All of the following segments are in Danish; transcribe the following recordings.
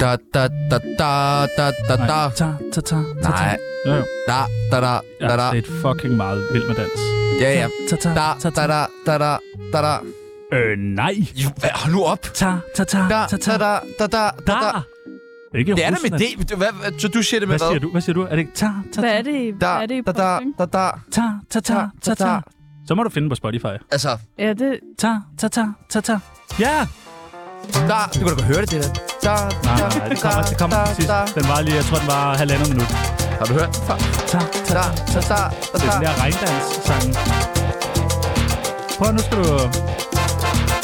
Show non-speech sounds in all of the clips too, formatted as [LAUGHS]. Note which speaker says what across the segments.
Speaker 1: Da, da, da, da, da, da, da.
Speaker 2: Nej, ta, ta, ta, ta,
Speaker 1: Nej.
Speaker 2: Jo, jo.
Speaker 1: Da, da, da,
Speaker 2: Ja,
Speaker 1: da, da.
Speaker 2: det er et fucking meget vild med dans.
Speaker 1: Ja, ja.
Speaker 2: Ta, ta,
Speaker 1: Da,
Speaker 2: ta,
Speaker 1: da,
Speaker 2: ta.
Speaker 1: da, da, da, da, da.
Speaker 2: Øh, nej.
Speaker 1: Jo, hvad, Hold nu op.
Speaker 2: Ta, ta, ta,
Speaker 1: Da,
Speaker 2: ta,
Speaker 1: da, da, da, da, da, da.
Speaker 2: Ikke
Speaker 1: Det er da med
Speaker 2: Rusland.
Speaker 1: det. Hvad, så du siger det med
Speaker 2: Hvad
Speaker 1: hvad?
Speaker 2: siger du? Hvad siger du? Er det ikke ta, ta,
Speaker 3: Hvad
Speaker 2: ta,
Speaker 3: er det, i-
Speaker 1: Da,
Speaker 3: hvad er det i
Speaker 1: da, da,
Speaker 3: Polen?
Speaker 1: da, da.
Speaker 2: ta, ta, ta, ta, ta? Så må du finde på Spotify.
Speaker 1: Altså,
Speaker 3: Ja, det...
Speaker 2: Ta, ta, ta, ta, ta. Ja!
Speaker 1: da. Du kan da godt høre det, det der. Da,
Speaker 2: Nej,
Speaker 1: da,
Speaker 2: nej, det kommer, det kommer
Speaker 1: da,
Speaker 2: til sidst.
Speaker 1: da.
Speaker 2: Den var lige, jeg tror, den var halvandet minut.
Speaker 1: Har du hørt den før?
Speaker 2: Ta, ta,
Speaker 1: Da, da,
Speaker 2: ta, ta.
Speaker 1: da,
Speaker 2: Det er
Speaker 1: da,
Speaker 2: den
Speaker 1: da.
Speaker 2: der regndanssang. Prøv nu skal du...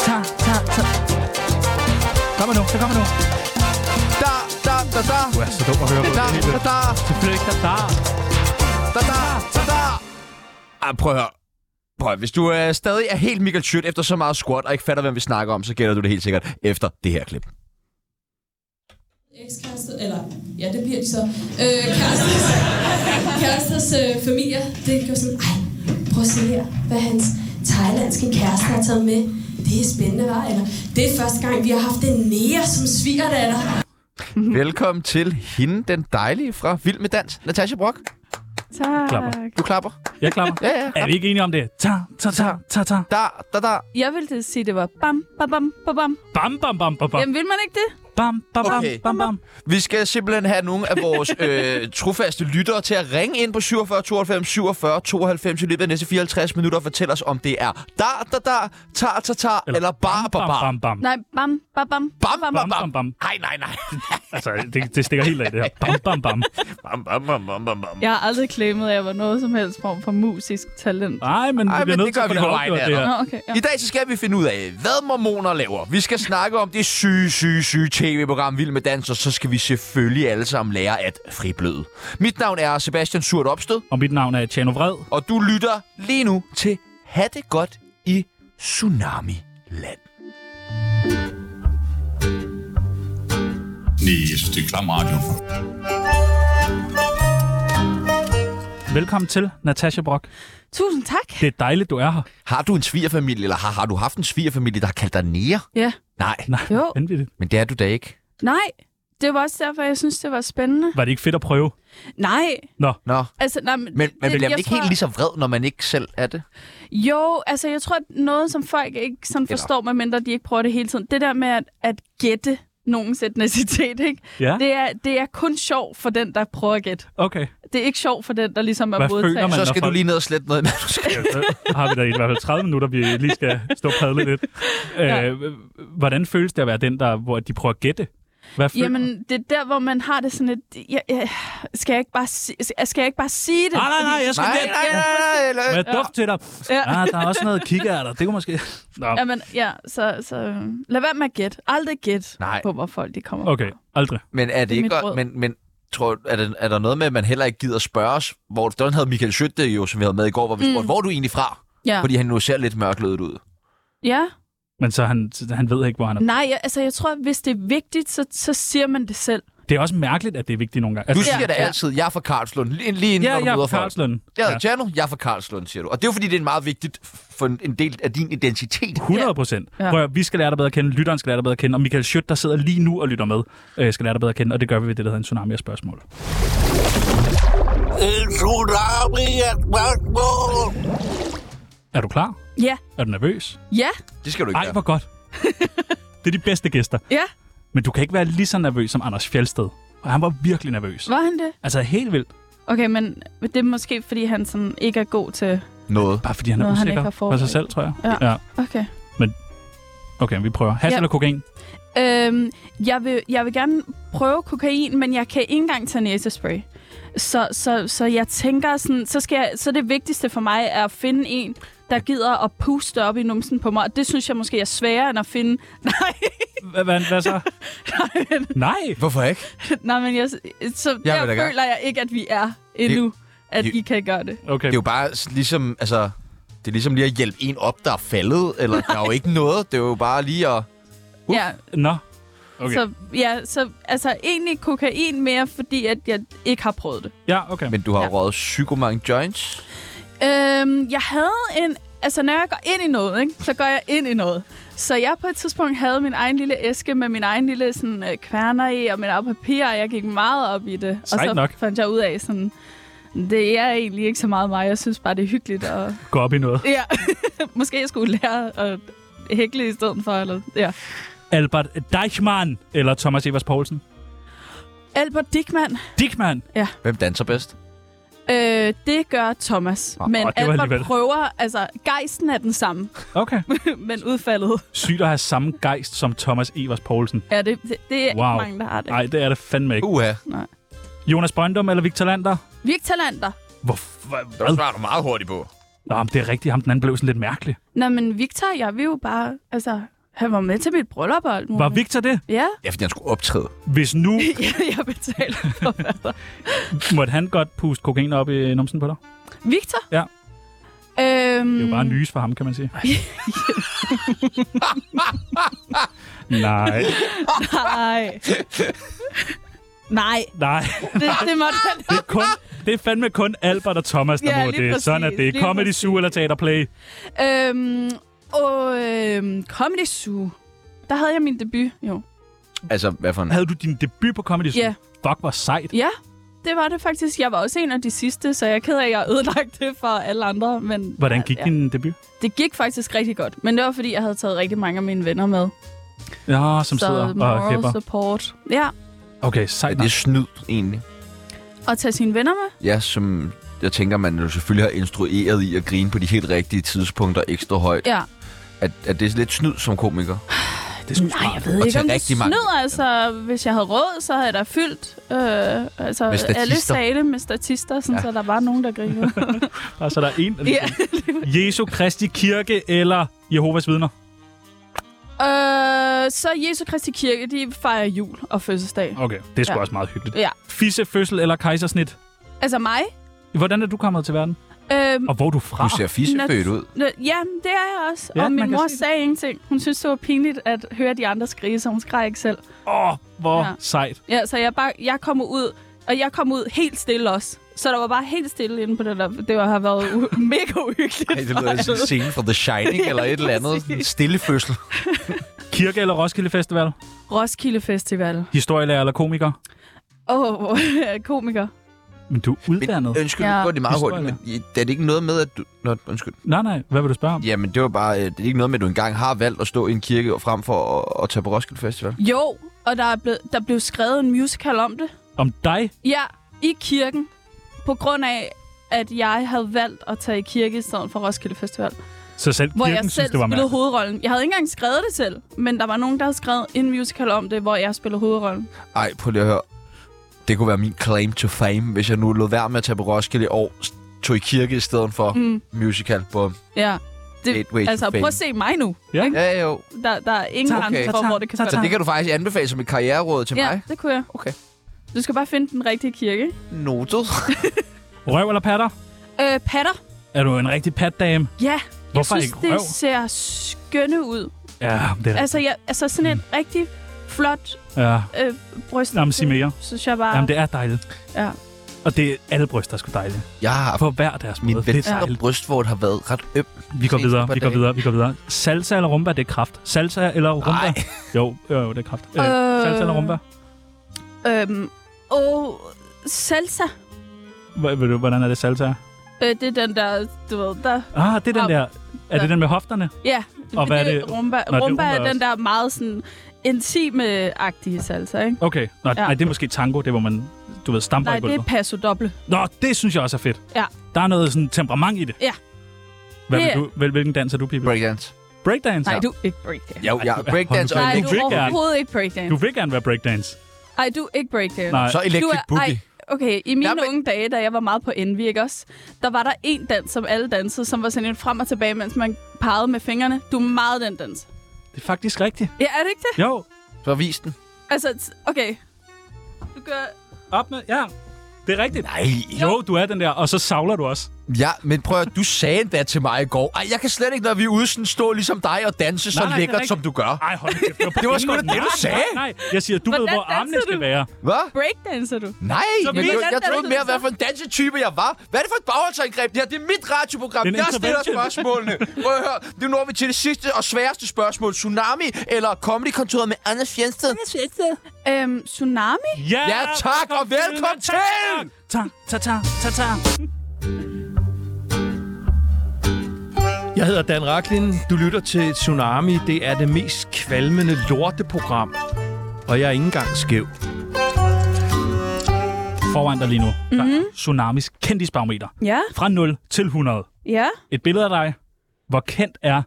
Speaker 2: Ta, ta, ta. Kommer nu, så kommer nu.
Speaker 1: Da, da, da, da.
Speaker 2: Du er så dum at høre på.
Speaker 1: Da,
Speaker 2: Det
Speaker 1: da, da,
Speaker 2: Selvfølgelig ikke, der er.
Speaker 1: da, da, da, da. Ej, Ah, prøv at høre. Prøv, at høre. hvis du øh, stadig er helt Michael Schødt efter så meget squat, og ikke fatter, hvem vi snakker om, så gætter du det helt sikkert efter det her klip.
Speaker 2: Mhm.
Speaker 4: Ekskæreste, eller ja, det bliver de så. Øh, kæresters, kæresters øh, familier, det gør sådan, ej, prøv at se her, hvad hans thailandske kæreste har taget med. Det er spændende, var Eller det er første gang, vi har haft en nære som svigerdatter.
Speaker 1: Velkommen til hende, den dejlige fra Vild med Dans, Natasha Brock.
Speaker 2: Klapper.
Speaker 3: Tak.
Speaker 1: Du klapper.
Speaker 2: Jeg klammer.
Speaker 1: Ja, ja.
Speaker 2: Er vi ikke enige om det? Ta, ta, ta, ta, ta.
Speaker 1: Da, da, da.
Speaker 3: Jeg ville sige, det var bam, bam, bam, bam, bam.
Speaker 2: Bam, bam, bam, bam, bam.
Speaker 3: Jamen, vil man ikke det?
Speaker 2: Bam, bam, bam,
Speaker 1: Okay.
Speaker 2: bam, bam.
Speaker 1: Vi skal simpelthen have nogle af vores øh,
Speaker 2: [LAUGHS]
Speaker 1: trofaste lyttere til at ringe ind på 47 92 47 92 i løbet af næste 54 minutter og fortælle os, om det er da, da, da, ta, ta, ta, eller, eller bar, bar,
Speaker 2: Bam,
Speaker 1: bar.
Speaker 2: bam, bam.
Speaker 3: Nej, bam, bam, bam.
Speaker 1: Bam, bam,
Speaker 2: Bam,
Speaker 1: bam.
Speaker 2: bam, bam.
Speaker 1: Nej, nej,
Speaker 2: [LAUGHS]
Speaker 1: nej.
Speaker 2: Altså, det, det stikker helt af, det her. Bam, bam, bam.
Speaker 1: Bam, bam, bam, bam, bam, bam.
Speaker 3: Jeg har aldrig claimet, at jeg var noget som helst form for musisk talent.
Speaker 2: Nej, men
Speaker 1: Ej,
Speaker 2: vi bliver
Speaker 1: men
Speaker 2: nødt
Speaker 1: det gør
Speaker 2: til at få
Speaker 1: vi
Speaker 2: det
Speaker 1: på vejen
Speaker 2: afgjort,
Speaker 1: her,
Speaker 2: det her.
Speaker 3: Nå, okay. Ja.
Speaker 1: I dag så skal vi finde ud af, hvad mormoner laver. Vi skal snakke om det syge, syge, syge tv-program Vild med Dans, og så skal vi selvfølgelig alle sammen lære at fribløde. Mit navn er Sebastian Surt Opsted,
Speaker 2: Og mit navn er Tjano Vred.
Speaker 1: og du lytter lige nu til Ha' det godt i Tsunami Land.
Speaker 5: Nej, jeg synes, det er klam radio.
Speaker 2: Velkommen til, Natasha Brock.
Speaker 3: Tusind tak.
Speaker 2: Det er dejligt, du er her.
Speaker 1: Har du en svigerfamilie, eller har, har du haft en svigerfamilie, der har kaldt dig nære?
Speaker 3: Ja.
Speaker 1: Nej,
Speaker 2: Nej,
Speaker 3: Jo.
Speaker 2: vanvittigt.
Speaker 1: men det er du da ikke.
Speaker 3: Nej, det var også derfor, jeg synes, det var spændende.
Speaker 2: Var det ikke fedt at prøve?
Speaker 3: Nej,
Speaker 1: Nå,
Speaker 3: altså... Nej, men
Speaker 1: men man
Speaker 3: det-
Speaker 1: bliver
Speaker 3: jeg
Speaker 1: ikke
Speaker 3: tror-
Speaker 1: helt ligesom- lige så vred, når man ikke selv er det.
Speaker 3: Jo, altså jeg tror, at noget, som folk ikke sådan
Speaker 1: Eller-
Speaker 3: forstår, medmindre de ikke prøver det hele tiden, det der med at, at gætte nogens etnicitet, ikke?
Speaker 2: Ja,
Speaker 3: Det, er, det er kun sjov for den, der prøver at gætte.
Speaker 2: okay.
Speaker 3: Det er ikke sjov for den, der ligesom er
Speaker 2: Hvad
Speaker 3: modtager.
Speaker 2: føler man?
Speaker 1: Så
Speaker 2: når
Speaker 1: skal du
Speaker 2: folk-
Speaker 1: lige ned og slette noget i manuskriptet.
Speaker 2: Ja, Så har vi da i hvert fald 30 minutter, vi lige skal stå og padle lidt.
Speaker 3: [LAUGHS] Ja.
Speaker 2: Øh, hvordan føles det at være den, der, hvor de prøver at gætte? Hvad føler
Speaker 3: Jamen, det er der, hvor man har det sådan et... Ja, ja, skal, jeg ikke bare si- skal jeg ikke bare sige det?
Speaker 2: Nej, nej, nej, jeg skal
Speaker 1: Nej, nej, nej,
Speaker 2: gætte.
Speaker 1: nej, eller-
Speaker 2: Må jeg duft til dig?
Speaker 3: Ja.
Speaker 2: Ah, der er også noget kikærter. Det kunne måske... Nå,
Speaker 3: Jamen, ja, så, så øh, lad være med at gætte. Aldrig gætte
Speaker 1: Nej.
Speaker 3: på, hvor folk de kommer
Speaker 2: okay, aldrig.
Speaker 1: Men er det,
Speaker 3: er
Speaker 1: ikke
Speaker 3: mit
Speaker 1: godt,
Speaker 3: råd.
Speaker 1: men, men tror, du- er, der, er der noget med, at man heller ikke gider spørge os? Hvor, den havde Michael Schøtte jo, som vi havde med i går, hvor vi spurgte, mm. hvor er du egentlig fra?
Speaker 3: Ja.
Speaker 1: Fordi han nu ser lidt mørklødet ud.
Speaker 3: ja.
Speaker 2: Men så han, han ved ikke, hvor han er.
Speaker 3: Nej, jeg, altså jeg tror, hvis det er vigtigt, så, så siger man det selv.
Speaker 2: Det er også mærkeligt, at det er vigtigt nogle gange. Altså,
Speaker 1: Du siger ja,
Speaker 3: Ja,
Speaker 1: da
Speaker 3: ja.
Speaker 1: altid, jeg er fra Karlslund, lige, lige inden
Speaker 2: ja,
Speaker 1: når du
Speaker 2: jeg
Speaker 1: møder
Speaker 2: er fra
Speaker 1: folk.
Speaker 2: Karlslund.
Speaker 1: Jeg hedder Tjerno, jeg er fra Karlslund, siger du. Og det er jo fordi, det er en meget vigtigt for en en del af din identitet.
Speaker 2: 100 procent.
Speaker 3: Ja.
Speaker 2: Ja. Prøv at, høre, vi skal lære dig bedre at kende, lytteren skal lære dig bedre at kende, og Michael Schødt, der sidder lige nu og lytter med, øh, skal lære dig bedre at kende, og det gør vi ved det, der hedder en tsunami af spørgsmål.
Speaker 6: En tsunami af spørgsmål.
Speaker 2: Er du klar?
Speaker 3: Ja.
Speaker 2: Er du nervøs?
Speaker 3: Ja,
Speaker 1: Det skal du ikke
Speaker 2: Nej,
Speaker 1: gøre.
Speaker 2: hvor
Speaker 3: [LAUGHS]
Speaker 2: godt. det er de bedste gæster.
Speaker 3: ja.
Speaker 2: Men du kan ikke være lige så nervøs som Anders Fjeldsted. Og han var virkelig nervøs.
Speaker 3: Var han det?
Speaker 2: Altså helt vildt.
Speaker 3: Okay, men det er måske, fordi han sådan ikke er god til...
Speaker 1: Noget.
Speaker 2: Bare fordi han er
Speaker 3: Noget, han
Speaker 2: usikker
Speaker 3: ikke har
Speaker 2: på sig
Speaker 3: forberedt.
Speaker 2: selv, tror jeg.
Speaker 3: Ja.
Speaker 2: ja.
Speaker 3: Okay.
Speaker 2: Okay, vi prøver. Hash
Speaker 3: Ja.
Speaker 2: eller kokain?
Speaker 3: Øhm, jeg, vil, jeg vil gerne prøve kokain, men jeg kan ikke engang tage næsespray. Så, så, så jeg tænker sådan, så, skal jeg, så det vigtigste for mig er at finde en, der gider at puste op i numsen på mig. Og det synes jeg måske er sværere end at finde... [LAUGHS] Nej,
Speaker 2: Hvad, hvad, hvad
Speaker 3: [LAUGHS]
Speaker 2: så? Nej.
Speaker 1: Hvorfor ikke?
Speaker 3: nej men jeg, så
Speaker 1: da
Speaker 3: jeg der
Speaker 1: gerne.
Speaker 3: føler jeg ikke, at vi er endnu, at
Speaker 1: det-
Speaker 3: I kan gøre det.
Speaker 2: Okay.
Speaker 1: Det er jo bare s- ligesom, altså... Det er ligesom lige at hjælpe en op, der er faldet, eller
Speaker 2: [LAUGHS]
Speaker 1: der er jo ikke noget. Det er jo bare lige at...
Speaker 2: Uf.
Speaker 3: Ja,
Speaker 2: Nå. Okay.
Speaker 3: okay. så, ja, så altså, egentlig kokain mere, fordi at jeg ikke har prøvet det.
Speaker 2: Ja, okay.
Speaker 1: Men du har
Speaker 3: Ja.
Speaker 1: ja. røget psykomange joints.
Speaker 3: Øhm, jeg havde en... Altså, når jeg går ind i noget, ikke, så går jeg ind i noget. Så jeg på et tidspunkt havde min egen lille æske med min egen lille sådan, øh, kværner i, og min eget papir, og jeg gik meget op i det.
Speaker 2: Sejt
Speaker 3: og så
Speaker 2: nok.
Speaker 3: fandt jeg ud af sådan, det er egentlig ikke så meget mig. Jeg synes bare, det er hyggeligt. Og,
Speaker 2: Gå op i noget.
Speaker 3: ja, [LAUGHS] måske jeg skulle lære at hækle i stedet for. Eller, ja.
Speaker 2: Albert Deichmann eller Thomas Evers Poulsen?
Speaker 3: Albert Dickmann,
Speaker 2: Dickmann!
Speaker 1: Hvem danser bedst?
Speaker 3: øh, det gør Thomas.
Speaker 2: Åh,
Speaker 3: men
Speaker 2: det var
Speaker 3: Albert
Speaker 2: alligevel.
Speaker 3: prøver, altså gejsten er den samme, [LAUGHS]
Speaker 2: Okay.
Speaker 3: men udfaldet
Speaker 2: Sygt at have samme gejst som Thomas Evers Poulsen.
Speaker 3: er det. Det, det er
Speaker 2: Wow.
Speaker 3: ikke mange, der har det.
Speaker 2: Nej, det er det fandme ikke.
Speaker 1: Uha.
Speaker 2: Jonas Brøndum eller Victor Lander?
Speaker 3: Vi er ikke talenter.
Speaker 2: Hvor, hva- hvad?
Speaker 1: svarer du meget hurtigt på.
Speaker 2: Nå, men det er rigtigt. Ham den anden blev sådan lidt mærkelig.
Speaker 3: Nå, men Victor og jeg, vi er jo bare... Altså, han var med til mit bryllup og alt muligt.
Speaker 2: Var Victor det?
Speaker 3: Ja, [LAUGHS]
Speaker 1: Ja, fordi han skulle optræde.
Speaker 2: Hvis nu
Speaker 3: jeg betaler for hvad
Speaker 2: måtte han godt puste kokain op i numsen på dig.
Speaker 3: Victor?
Speaker 2: Ja.
Speaker 3: Øhm,
Speaker 2: Det er jo bare nys for ham, kan man
Speaker 3: [LAUGHS]
Speaker 2: sige. nej,
Speaker 3: Nej. nej,
Speaker 2: nej.
Speaker 3: det, det måtte han
Speaker 2: Det er, kun, det er fandme kun Albert og Thomas, der
Speaker 3: Ja,
Speaker 2: må
Speaker 3: lige
Speaker 2: det.
Speaker 3: præcis,
Speaker 2: Sådan at det er
Speaker 3: lige
Speaker 2: comedy
Speaker 3: præcis.
Speaker 2: zoo eller teaterplay.
Speaker 3: øhm, og øhm, Comedy Zoo. Der havde jeg min debut, jo.
Speaker 1: Altså, hvad for en?
Speaker 2: Havde du din debut på comedy zoo?
Speaker 3: Ja.
Speaker 2: Fuck, hvor sejt.
Speaker 3: Ja, det var det faktisk. Jeg var også en af de sidste, så jeg er ked af, at jeg har ødelagt det for alle andre. Men
Speaker 2: Hvordan gik
Speaker 3: ja,
Speaker 2: din debut?
Speaker 3: Det gik faktisk rigtig godt, men det var, fordi jeg havde taget rigtig mange af mine venner med.
Speaker 2: Ja, som
Speaker 3: så
Speaker 2: sidder og
Speaker 3: moral
Speaker 2: hæpper.
Speaker 3: support. Ja,
Speaker 2: Okay,
Speaker 1: Er
Speaker 2: sejt.
Speaker 1: det
Speaker 2: nok.
Speaker 1: snyd, egentlig?
Speaker 3: og tage sine venner med.
Speaker 1: Ja, som jeg tænker, man jo selvfølgelig har instrueret i at grine på de helt rigtige tidspunkter ekstra højt.
Speaker 3: Ja.
Speaker 1: At, at det er lidt snyd som komiker.
Speaker 2: Det er sgu
Speaker 3: Nej, jeg
Speaker 2: smart.
Speaker 3: ved
Speaker 1: Og
Speaker 3: ikke,
Speaker 1: tage
Speaker 3: om det
Speaker 1: rigtig mange.
Speaker 3: snød. Altså, hvis jeg havde råd, så havde jeg da fyldt øh, altså,
Speaker 1: Med statister.
Speaker 3: alle sale med statister, sådan,
Speaker 1: Ja.
Speaker 3: ja. så der var nogen, der grinede.
Speaker 2: [LAUGHS] Og så er Altså, der en. der
Speaker 3: ja.
Speaker 2: Jesu Kristi Kirke eller Jehovas Vidner?
Speaker 3: øh, så Jesu Kristi Kirke, de fejrer jul og fødselsdag.
Speaker 2: Okay, det er sgu
Speaker 3: Ja.
Speaker 2: også meget hyggeligt.
Speaker 3: Ja.
Speaker 2: Fissefødsel eller kejsersnit?
Speaker 3: Altså mig.
Speaker 2: Hvordan er du kommet til verden?
Speaker 3: Øhm,
Speaker 2: Og hvor er du
Speaker 1: Du
Speaker 2: fra?
Speaker 1: ser fissefødt ud.
Speaker 3: nø- ja, det er jeg også.
Speaker 2: Ja,
Speaker 3: og
Speaker 2: man
Speaker 3: min
Speaker 2: kan
Speaker 3: mor
Speaker 2: se det.
Speaker 3: sagde ingenting. Hun synes, det var pinligt at høre de andre skrige, så hun skreg ikke selv.
Speaker 2: Åh, oh, hvor ja.
Speaker 3: Ja.
Speaker 2: sejt.
Speaker 3: Ja, så jeg, bare, jeg kom ud, og jeg kom ud helt stille også. Så der var bare helt stille inde på det der. Det var- har været u- [LAUGHS] mega uhyggeligt.
Speaker 1: Ej, det lyder [LAUGHS]
Speaker 3: for
Speaker 1: sådan en
Speaker 3: alle.
Speaker 1: scene fra The Shining eller et eller andet. Sådan En stille fødsel.
Speaker 2: Kirke eller Roskilde Festival?
Speaker 3: Roskilde Festival.
Speaker 2: Historielærer eller komiker?
Speaker 3: Åh, oh, [LAUGHS] komiker.
Speaker 2: Men du er uddannet.
Speaker 1: Men,
Speaker 2: Men, øh,
Speaker 1: undskyld,
Speaker 3: Ja.
Speaker 1: ja. nu går det meget hurtigt,
Speaker 2: Historie,
Speaker 1: men i- er det ikke noget med, at du... Nå, undskyld.
Speaker 2: nej, nej. Hvad vil du spørge om?
Speaker 1: Jamen, det var bare... øh, Det er ikke noget med, at du engang har valgt at stå i en kirke og frem for at, at tage på Roskilde Festival.
Speaker 3: Jo, og der, er blevet, der blev skrevet en musical om det.
Speaker 2: Om dig?
Speaker 3: Ja, i kirken. På grund af, at jeg havde valgt at tage i kirke i stedet for Roskilde Festival.
Speaker 2: Så selv
Speaker 3: Hvor
Speaker 2: kirken
Speaker 3: jeg selv
Speaker 2: synes, det var
Speaker 3: spillede
Speaker 2: mærkeligt.
Speaker 3: hovedrollen. Jeg havde ikke engang skrevet det selv, men der var nogen, der havde skrevet en musical om det, hvor jeg spillede hovedrollen.
Speaker 1: Ej, prøv lige at høre. Det kunne være min claim to fame, hvis jeg nu lod være med at tage på Roskilde i år, s- tog i kirke i stedet for
Speaker 3: Mm.
Speaker 1: mm. musical på
Speaker 3: Ja.
Speaker 1: Gateway to
Speaker 3: altså,
Speaker 1: Fame.
Speaker 3: prøv at se mig nu.
Speaker 2: Ja.
Speaker 3: Ikke?
Speaker 1: Ja, jo.
Speaker 3: Der, der er ingen
Speaker 1: Tak.
Speaker 3: okay. andre,
Speaker 1: Okay.
Speaker 3: for,
Speaker 2: Tak.
Speaker 3: hvor det kan
Speaker 2: Tak.
Speaker 1: Så
Speaker 3: være.
Speaker 1: det kan du faktisk anbefale som et karriereråd til
Speaker 3: Ja,
Speaker 1: mig.
Speaker 3: det kunne jeg.
Speaker 1: Okay.
Speaker 3: Du skal bare finde den rigtige kirke. ikke?
Speaker 1: Notet.
Speaker 2: Røv eller patter?
Speaker 3: Øh, patter.
Speaker 2: Er du en rigtig patdame?
Speaker 3: Ja, jeg
Speaker 2: Hvorfor
Speaker 3: synes,
Speaker 2: ikke
Speaker 3: det
Speaker 2: røv?
Speaker 3: ser skønne ud.
Speaker 2: Ja, det er
Speaker 3: Altså, jeg, altså sådan et rigtig flot
Speaker 2: ja.
Speaker 3: øh, bryst.
Speaker 2: Jamen, sig mere.
Speaker 3: Synes jeg bare.
Speaker 2: Jamen, det er dejligt.
Speaker 3: Ja.
Speaker 2: Og det er alle bryster sgu dejlige.
Speaker 1: Jeg har
Speaker 2: På hver deres
Speaker 1: min
Speaker 2: måde. Det er
Speaker 1: venstre
Speaker 2: dejligt.
Speaker 1: brystvort har været ret øm.
Speaker 2: Vi går
Speaker 1: Ses
Speaker 2: videre,
Speaker 1: på
Speaker 2: vi går
Speaker 1: dagen.
Speaker 2: videre, vi går videre. Salsa eller rumba, det er kraft. Salsa eller rumba?
Speaker 1: Nej.
Speaker 2: Jo, jo, jo, det er kraft. Øh,
Speaker 3: Øh.
Speaker 2: salsa eller rumba?
Speaker 3: Øhm, og salsa.
Speaker 2: Hva- Ved du, hvordan er det salsa? er?
Speaker 3: Øh, det er den der, du ved, der...
Speaker 2: Ah, det er den
Speaker 3: Au.
Speaker 2: der. Er det
Speaker 3: Ja.
Speaker 2: den med hofterne?
Speaker 3: Ja,
Speaker 2: Og hvad er
Speaker 3: fordi
Speaker 2: det?
Speaker 3: Rumba,
Speaker 2: Nå, det er
Speaker 3: rumba
Speaker 2: rumba
Speaker 3: er
Speaker 2: også.
Speaker 3: den der meget sådan intime-agtige salsa, ikke?
Speaker 2: Okay. Nå, ja.
Speaker 3: Ja.
Speaker 2: nej, det er måske tango, det er, hvor man, du ved, stamper
Speaker 3: Nej,
Speaker 2: i
Speaker 3: det er
Speaker 2: gulvet.
Speaker 3: paso doble.
Speaker 2: Nå, det synes jeg også er fedt.
Speaker 3: Ja.
Speaker 2: Der er noget sådan temperament i det.
Speaker 3: Ja.
Speaker 2: Hvad vil
Speaker 3: Det-
Speaker 2: du, hvil, hvilken dans er du, Pibel?
Speaker 1: Breakdance.
Speaker 2: Breakdance?
Speaker 3: Nej, du er ikke breakdance.
Speaker 1: Jo, jeg
Speaker 2: Ej,
Speaker 1: er
Speaker 2: du-
Speaker 1: breakdance og
Speaker 2: hold
Speaker 3: Nej,
Speaker 2: nu
Speaker 3: du
Speaker 1: electric,
Speaker 2: vil
Speaker 3: er
Speaker 2: gerne.
Speaker 3: overhovedet ikke breakdance.
Speaker 2: Du vil gerne være breakdance.
Speaker 3: Ej, du er ikke breakdance.
Speaker 2: Nej.
Speaker 1: så electric
Speaker 3: du
Speaker 1: boogie.
Speaker 3: Ej, okay, i mine
Speaker 1: Ja, men-
Speaker 3: unge dage, da jeg var meget på Envy, ikke også? Der var der en dans, som alle dansede, som var sådan en frem og tilbage, mens man pegede med fingrene. Du er meget den dans.
Speaker 2: Det er faktisk rigtigt.
Speaker 3: Ja, er det ikke det?
Speaker 2: Jo,
Speaker 1: Så vis den.
Speaker 3: Altså, t- okay. Du gør...
Speaker 2: op med, ja. Det er rigtigt.
Speaker 1: Nej.
Speaker 2: Jo, du er den der, og så savler du også.
Speaker 1: Ja, men prøv at du sagde endda til mig i går. Ej, jeg kan slet ikke, når vi er ude, sådan stå ligesom dig og danse så
Speaker 2: nej, det er
Speaker 1: lækkert,
Speaker 2: rigtigt.
Speaker 1: som du gør.
Speaker 2: Ej, hold da kæft. var på
Speaker 1: [LAUGHS] Det var sgu da
Speaker 2: ingen
Speaker 1: det,
Speaker 2: måde-
Speaker 1: du sagde.
Speaker 2: Nej, nej, nej. Jeg siger, du
Speaker 3: Hvordan
Speaker 2: ved, hvor
Speaker 3: danser
Speaker 2: armene skal
Speaker 3: du?
Speaker 2: være.
Speaker 1: Hvad?
Speaker 3: Breakdanser du?
Speaker 1: Nej,
Speaker 2: Så
Speaker 1: jeg, jeg,
Speaker 2: vi-
Speaker 1: jeg
Speaker 3: Hvordan
Speaker 1: troede
Speaker 3: dansede
Speaker 1: mere,
Speaker 3: du
Speaker 1: hvad for en dansetype jeg var. Hvad er det for et bagholdsangreb? Det her, det er mit radioprogram.
Speaker 2: Det er en
Speaker 1: Jeg stiller
Speaker 2: intervention. [LAUGHS]
Speaker 1: spørgsmålene. Prøv at høre, nu når vi til det sidste og sværeste spørgsmål. Tsunami eller Comedy-kontoret med Anders Fjensted?
Speaker 3: Øhm, tsunami?
Speaker 1: Ja, tak, og velkommen til!
Speaker 2: Ta, ta, ta, ta, ta.
Speaker 5: Jeg hedder Dan Raklin. Du lytter til Tsunami. Det er det mest kvalmende lorteprogram. Og jeg er ikke engang skæv.
Speaker 2: Foran dig lige nu. Der
Speaker 3: Mhm.
Speaker 2: er Tsunamis kendisbarometer.
Speaker 3: Ja,
Speaker 2: Fra 0 til 100.
Speaker 3: ja.
Speaker 2: Et billede af dig. Hvor kendt er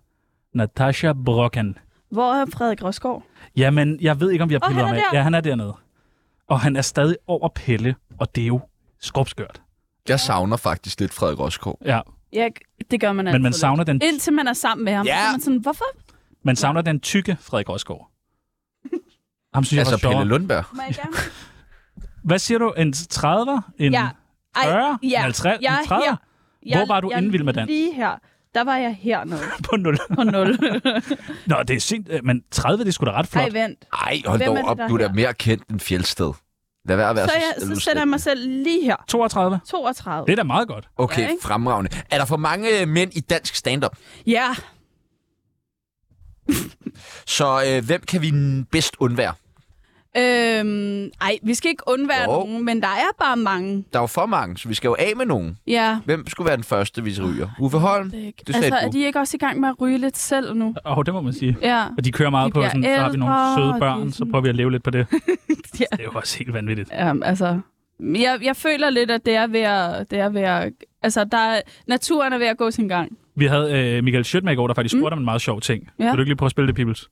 Speaker 2: Natasha Brocken?
Speaker 3: Hvor er Frederik Rosgaard?
Speaker 2: Jamen, jeg ved ikke, om vi har
Speaker 3: Åh,
Speaker 2: billeder
Speaker 3: han er
Speaker 2: med.
Speaker 3: der.
Speaker 2: Ja, han er dernede. Og han er stadig over Pelle, og det er jo skrubskørt.
Speaker 1: Jeg savner faktisk lidt Frederik Roskov.
Speaker 2: Ja,
Speaker 3: Ja, det gør man altid.
Speaker 2: men man
Speaker 3: lidt.
Speaker 2: savner den,
Speaker 3: Indtil man er sammen med ham.
Speaker 1: Ja.
Speaker 3: Så er man sådan, hvorfor?
Speaker 2: man savner den tykke Frederik Rosgaard. Ham synes jeg
Speaker 1: Altså
Speaker 2: var
Speaker 1: Pelle
Speaker 2: sjovere.
Speaker 1: Lundberg.
Speaker 3: Må jeg gerne?
Speaker 2: Hvad siger du? En 30'er? En
Speaker 3: Ja. Ej,
Speaker 2: 40?
Speaker 3: ja.
Speaker 2: En 50?
Speaker 3: Jeg
Speaker 2: en
Speaker 3: er
Speaker 2: 30?
Speaker 3: her. Jeg,
Speaker 2: Hvor var du
Speaker 3: jeg,
Speaker 2: inden vild med dans?
Speaker 3: Lige her. Der var jeg hernede
Speaker 2: [LAUGHS] På 0.
Speaker 3: på 0.
Speaker 2: [LAUGHS] Nå, det er sent. øh, Men 30, det er sgu da ret flot.
Speaker 3: Ej, vent.
Speaker 1: Ej, hold
Speaker 3: Hvem
Speaker 1: dog
Speaker 3: er det,
Speaker 1: op.
Speaker 3: der
Speaker 1: Du er da
Speaker 3: her?
Speaker 1: mere kendt end Fjeldsted. Lad være at være
Speaker 3: Så,
Speaker 1: så,
Speaker 3: jeg, så sætter jeg mig selv lige her.
Speaker 2: 32.
Speaker 3: 32.
Speaker 2: Det er da meget godt.
Speaker 1: Okay,
Speaker 3: Ja, ikke?
Speaker 1: fremragende. Er der for mange øh, mænd i dansk stand-up?
Speaker 3: Ja,
Speaker 1: Så øh, hvem kan vi n- bedst undvære?
Speaker 3: øhm, ej, vi skal ikke undvære
Speaker 1: Jo.
Speaker 3: nogen, men der er bare mange.
Speaker 1: Der er jo for mange, så vi skal jo af med nogen.
Speaker 3: Ja.
Speaker 1: Hvem skulle være den første, vi ryger? Uffe Holm?
Speaker 3: Det
Speaker 1: sagde
Speaker 3: altså,
Speaker 1: du.
Speaker 3: er de ikke også i gang med at ryge lidt selv nu?
Speaker 2: Åh, oh, det må man sige.
Speaker 3: Ja.
Speaker 2: Og de kører meget
Speaker 3: De
Speaker 2: på,
Speaker 3: bliver
Speaker 2: sådan, så har vi nogle
Speaker 3: ældre,
Speaker 2: søde
Speaker 3: og de
Speaker 2: børn,
Speaker 3: er
Speaker 2: så
Speaker 3: sådan-
Speaker 2: prøver vi at leve lidt på det.
Speaker 3: Ja.
Speaker 2: Det er jo også helt vanvittigt.
Speaker 3: Um, altså, jeg, jeg føler lidt, at det er ved at... Det er ved at altså, der er, naturen er ved at gå sin gang.
Speaker 2: Vi havde øh, Michael Schødt med i går, der faktisk spurgte om en meget sjov ting.
Speaker 3: Mm. Ja.
Speaker 2: Ja. Vil du ikke lige prøve at spille det, Peoples?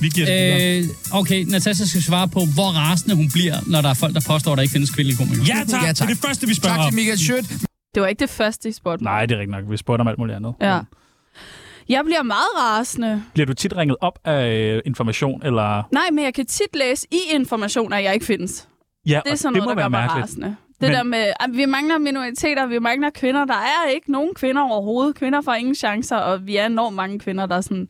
Speaker 2: Vi giver det videre.
Speaker 7: Øh, okay, Natasha skal svare på, hvor rasende hun bliver, når der er folk, der påstår, at der ikke findes kvindelige komikere.
Speaker 2: Ja, tak.
Speaker 8: Ja, tak.
Speaker 2: Det er det første, vi spørger
Speaker 8: Tak til
Speaker 2: om.
Speaker 8: Michael Schødt.
Speaker 3: Det var ikke det første i sporten.
Speaker 2: Nej, det er rigtigt nok. Vi spurgte om alt muligt andet.
Speaker 3: Ja. Jeg bliver meget rasende.
Speaker 2: Bliver du tit ringet op af øh, information, eller...
Speaker 3: Nej, men jeg kan tit læse i informationer, jeg ikke findes.
Speaker 2: Ja,
Speaker 3: Det er
Speaker 2: og
Speaker 3: sådan
Speaker 2: Altså, det
Speaker 3: noget,
Speaker 2: må
Speaker 3: der gør
Speaker 2: være
Speaker 3: mig
Speaker 2: mærkeligt.
Speaker 3: rasende. Det
Speaker 2: Men-
Speaker 3: der med, at vi mangler minoriteter, vi mangler kvinder. Der er ikke nogen kvinder overhovedet. Kvinder får ingen chancer, og vi er enormt mange kvinder, der er sådan...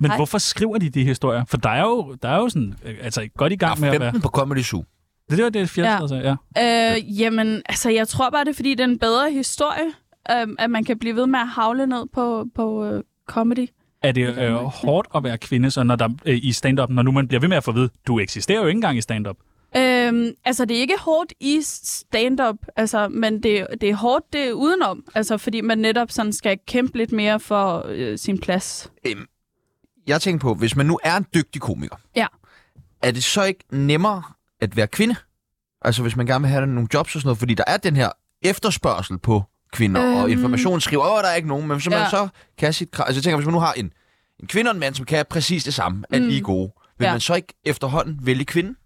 Speaker 2: Men
Speaker 3: Ej.
Speaker 2: hvorfor skriver de de historier? For der er jo, der er jo sådan, øh, altså, godt i
Speaker 1: Der
Speaker 2: gang med
Speaker 1: er
Speaker 2: at være...
Speaker 1: 15 Ah, på Comedy Zoo.
Speaker 2: Det var det fjerde, ja. altså, ja.
Speaker 3: Øh, jamen, altså, jeg tror bare, det er, fordi det er en bedre historie, øhm, at man kan blive ved med at havle ned på, på øh, comedy.
Speaker 2: Er det øh, hårdt at være kvinde, så når der, øh, i stand-up, når nu man bliver ved med at få at vide, du eksisterer jo ikke engang i stand-up?
Speaker 3: Øhm, altså, det er ikke hårdt i stand-up, altså, men det, det er hårdt det er udenom, altså, fordi man netop sådan skal kæmpe lidt mere for øh, sin plads.
Speaker 1: Øhm, Jeg tænker på, hvis man nu er en dygtig komiker,
Speaker 3: Ja.
Speaker 1: er det så ikke nemmere at være kvinde? Altså hvis man gerne vil have nogle jobs og sådan noget, fordi der er den her efterspørgsel på kvinder, øhm. og
Speaker 3: Øhm.
Speaker 1: information skriver, åh, der er ikke nogen, men hvis man
Speaker 3: Ja.
Speaker 1: så kan sit... kra- Altså jeg tænker, hvis man nu har en, en kvinde og en mand, som kan præcis det samme, at mm. I er gode, vil
Speaker 3: Ja.
Speaker 1: ja. man så ikke efterhånden vælge kvinden?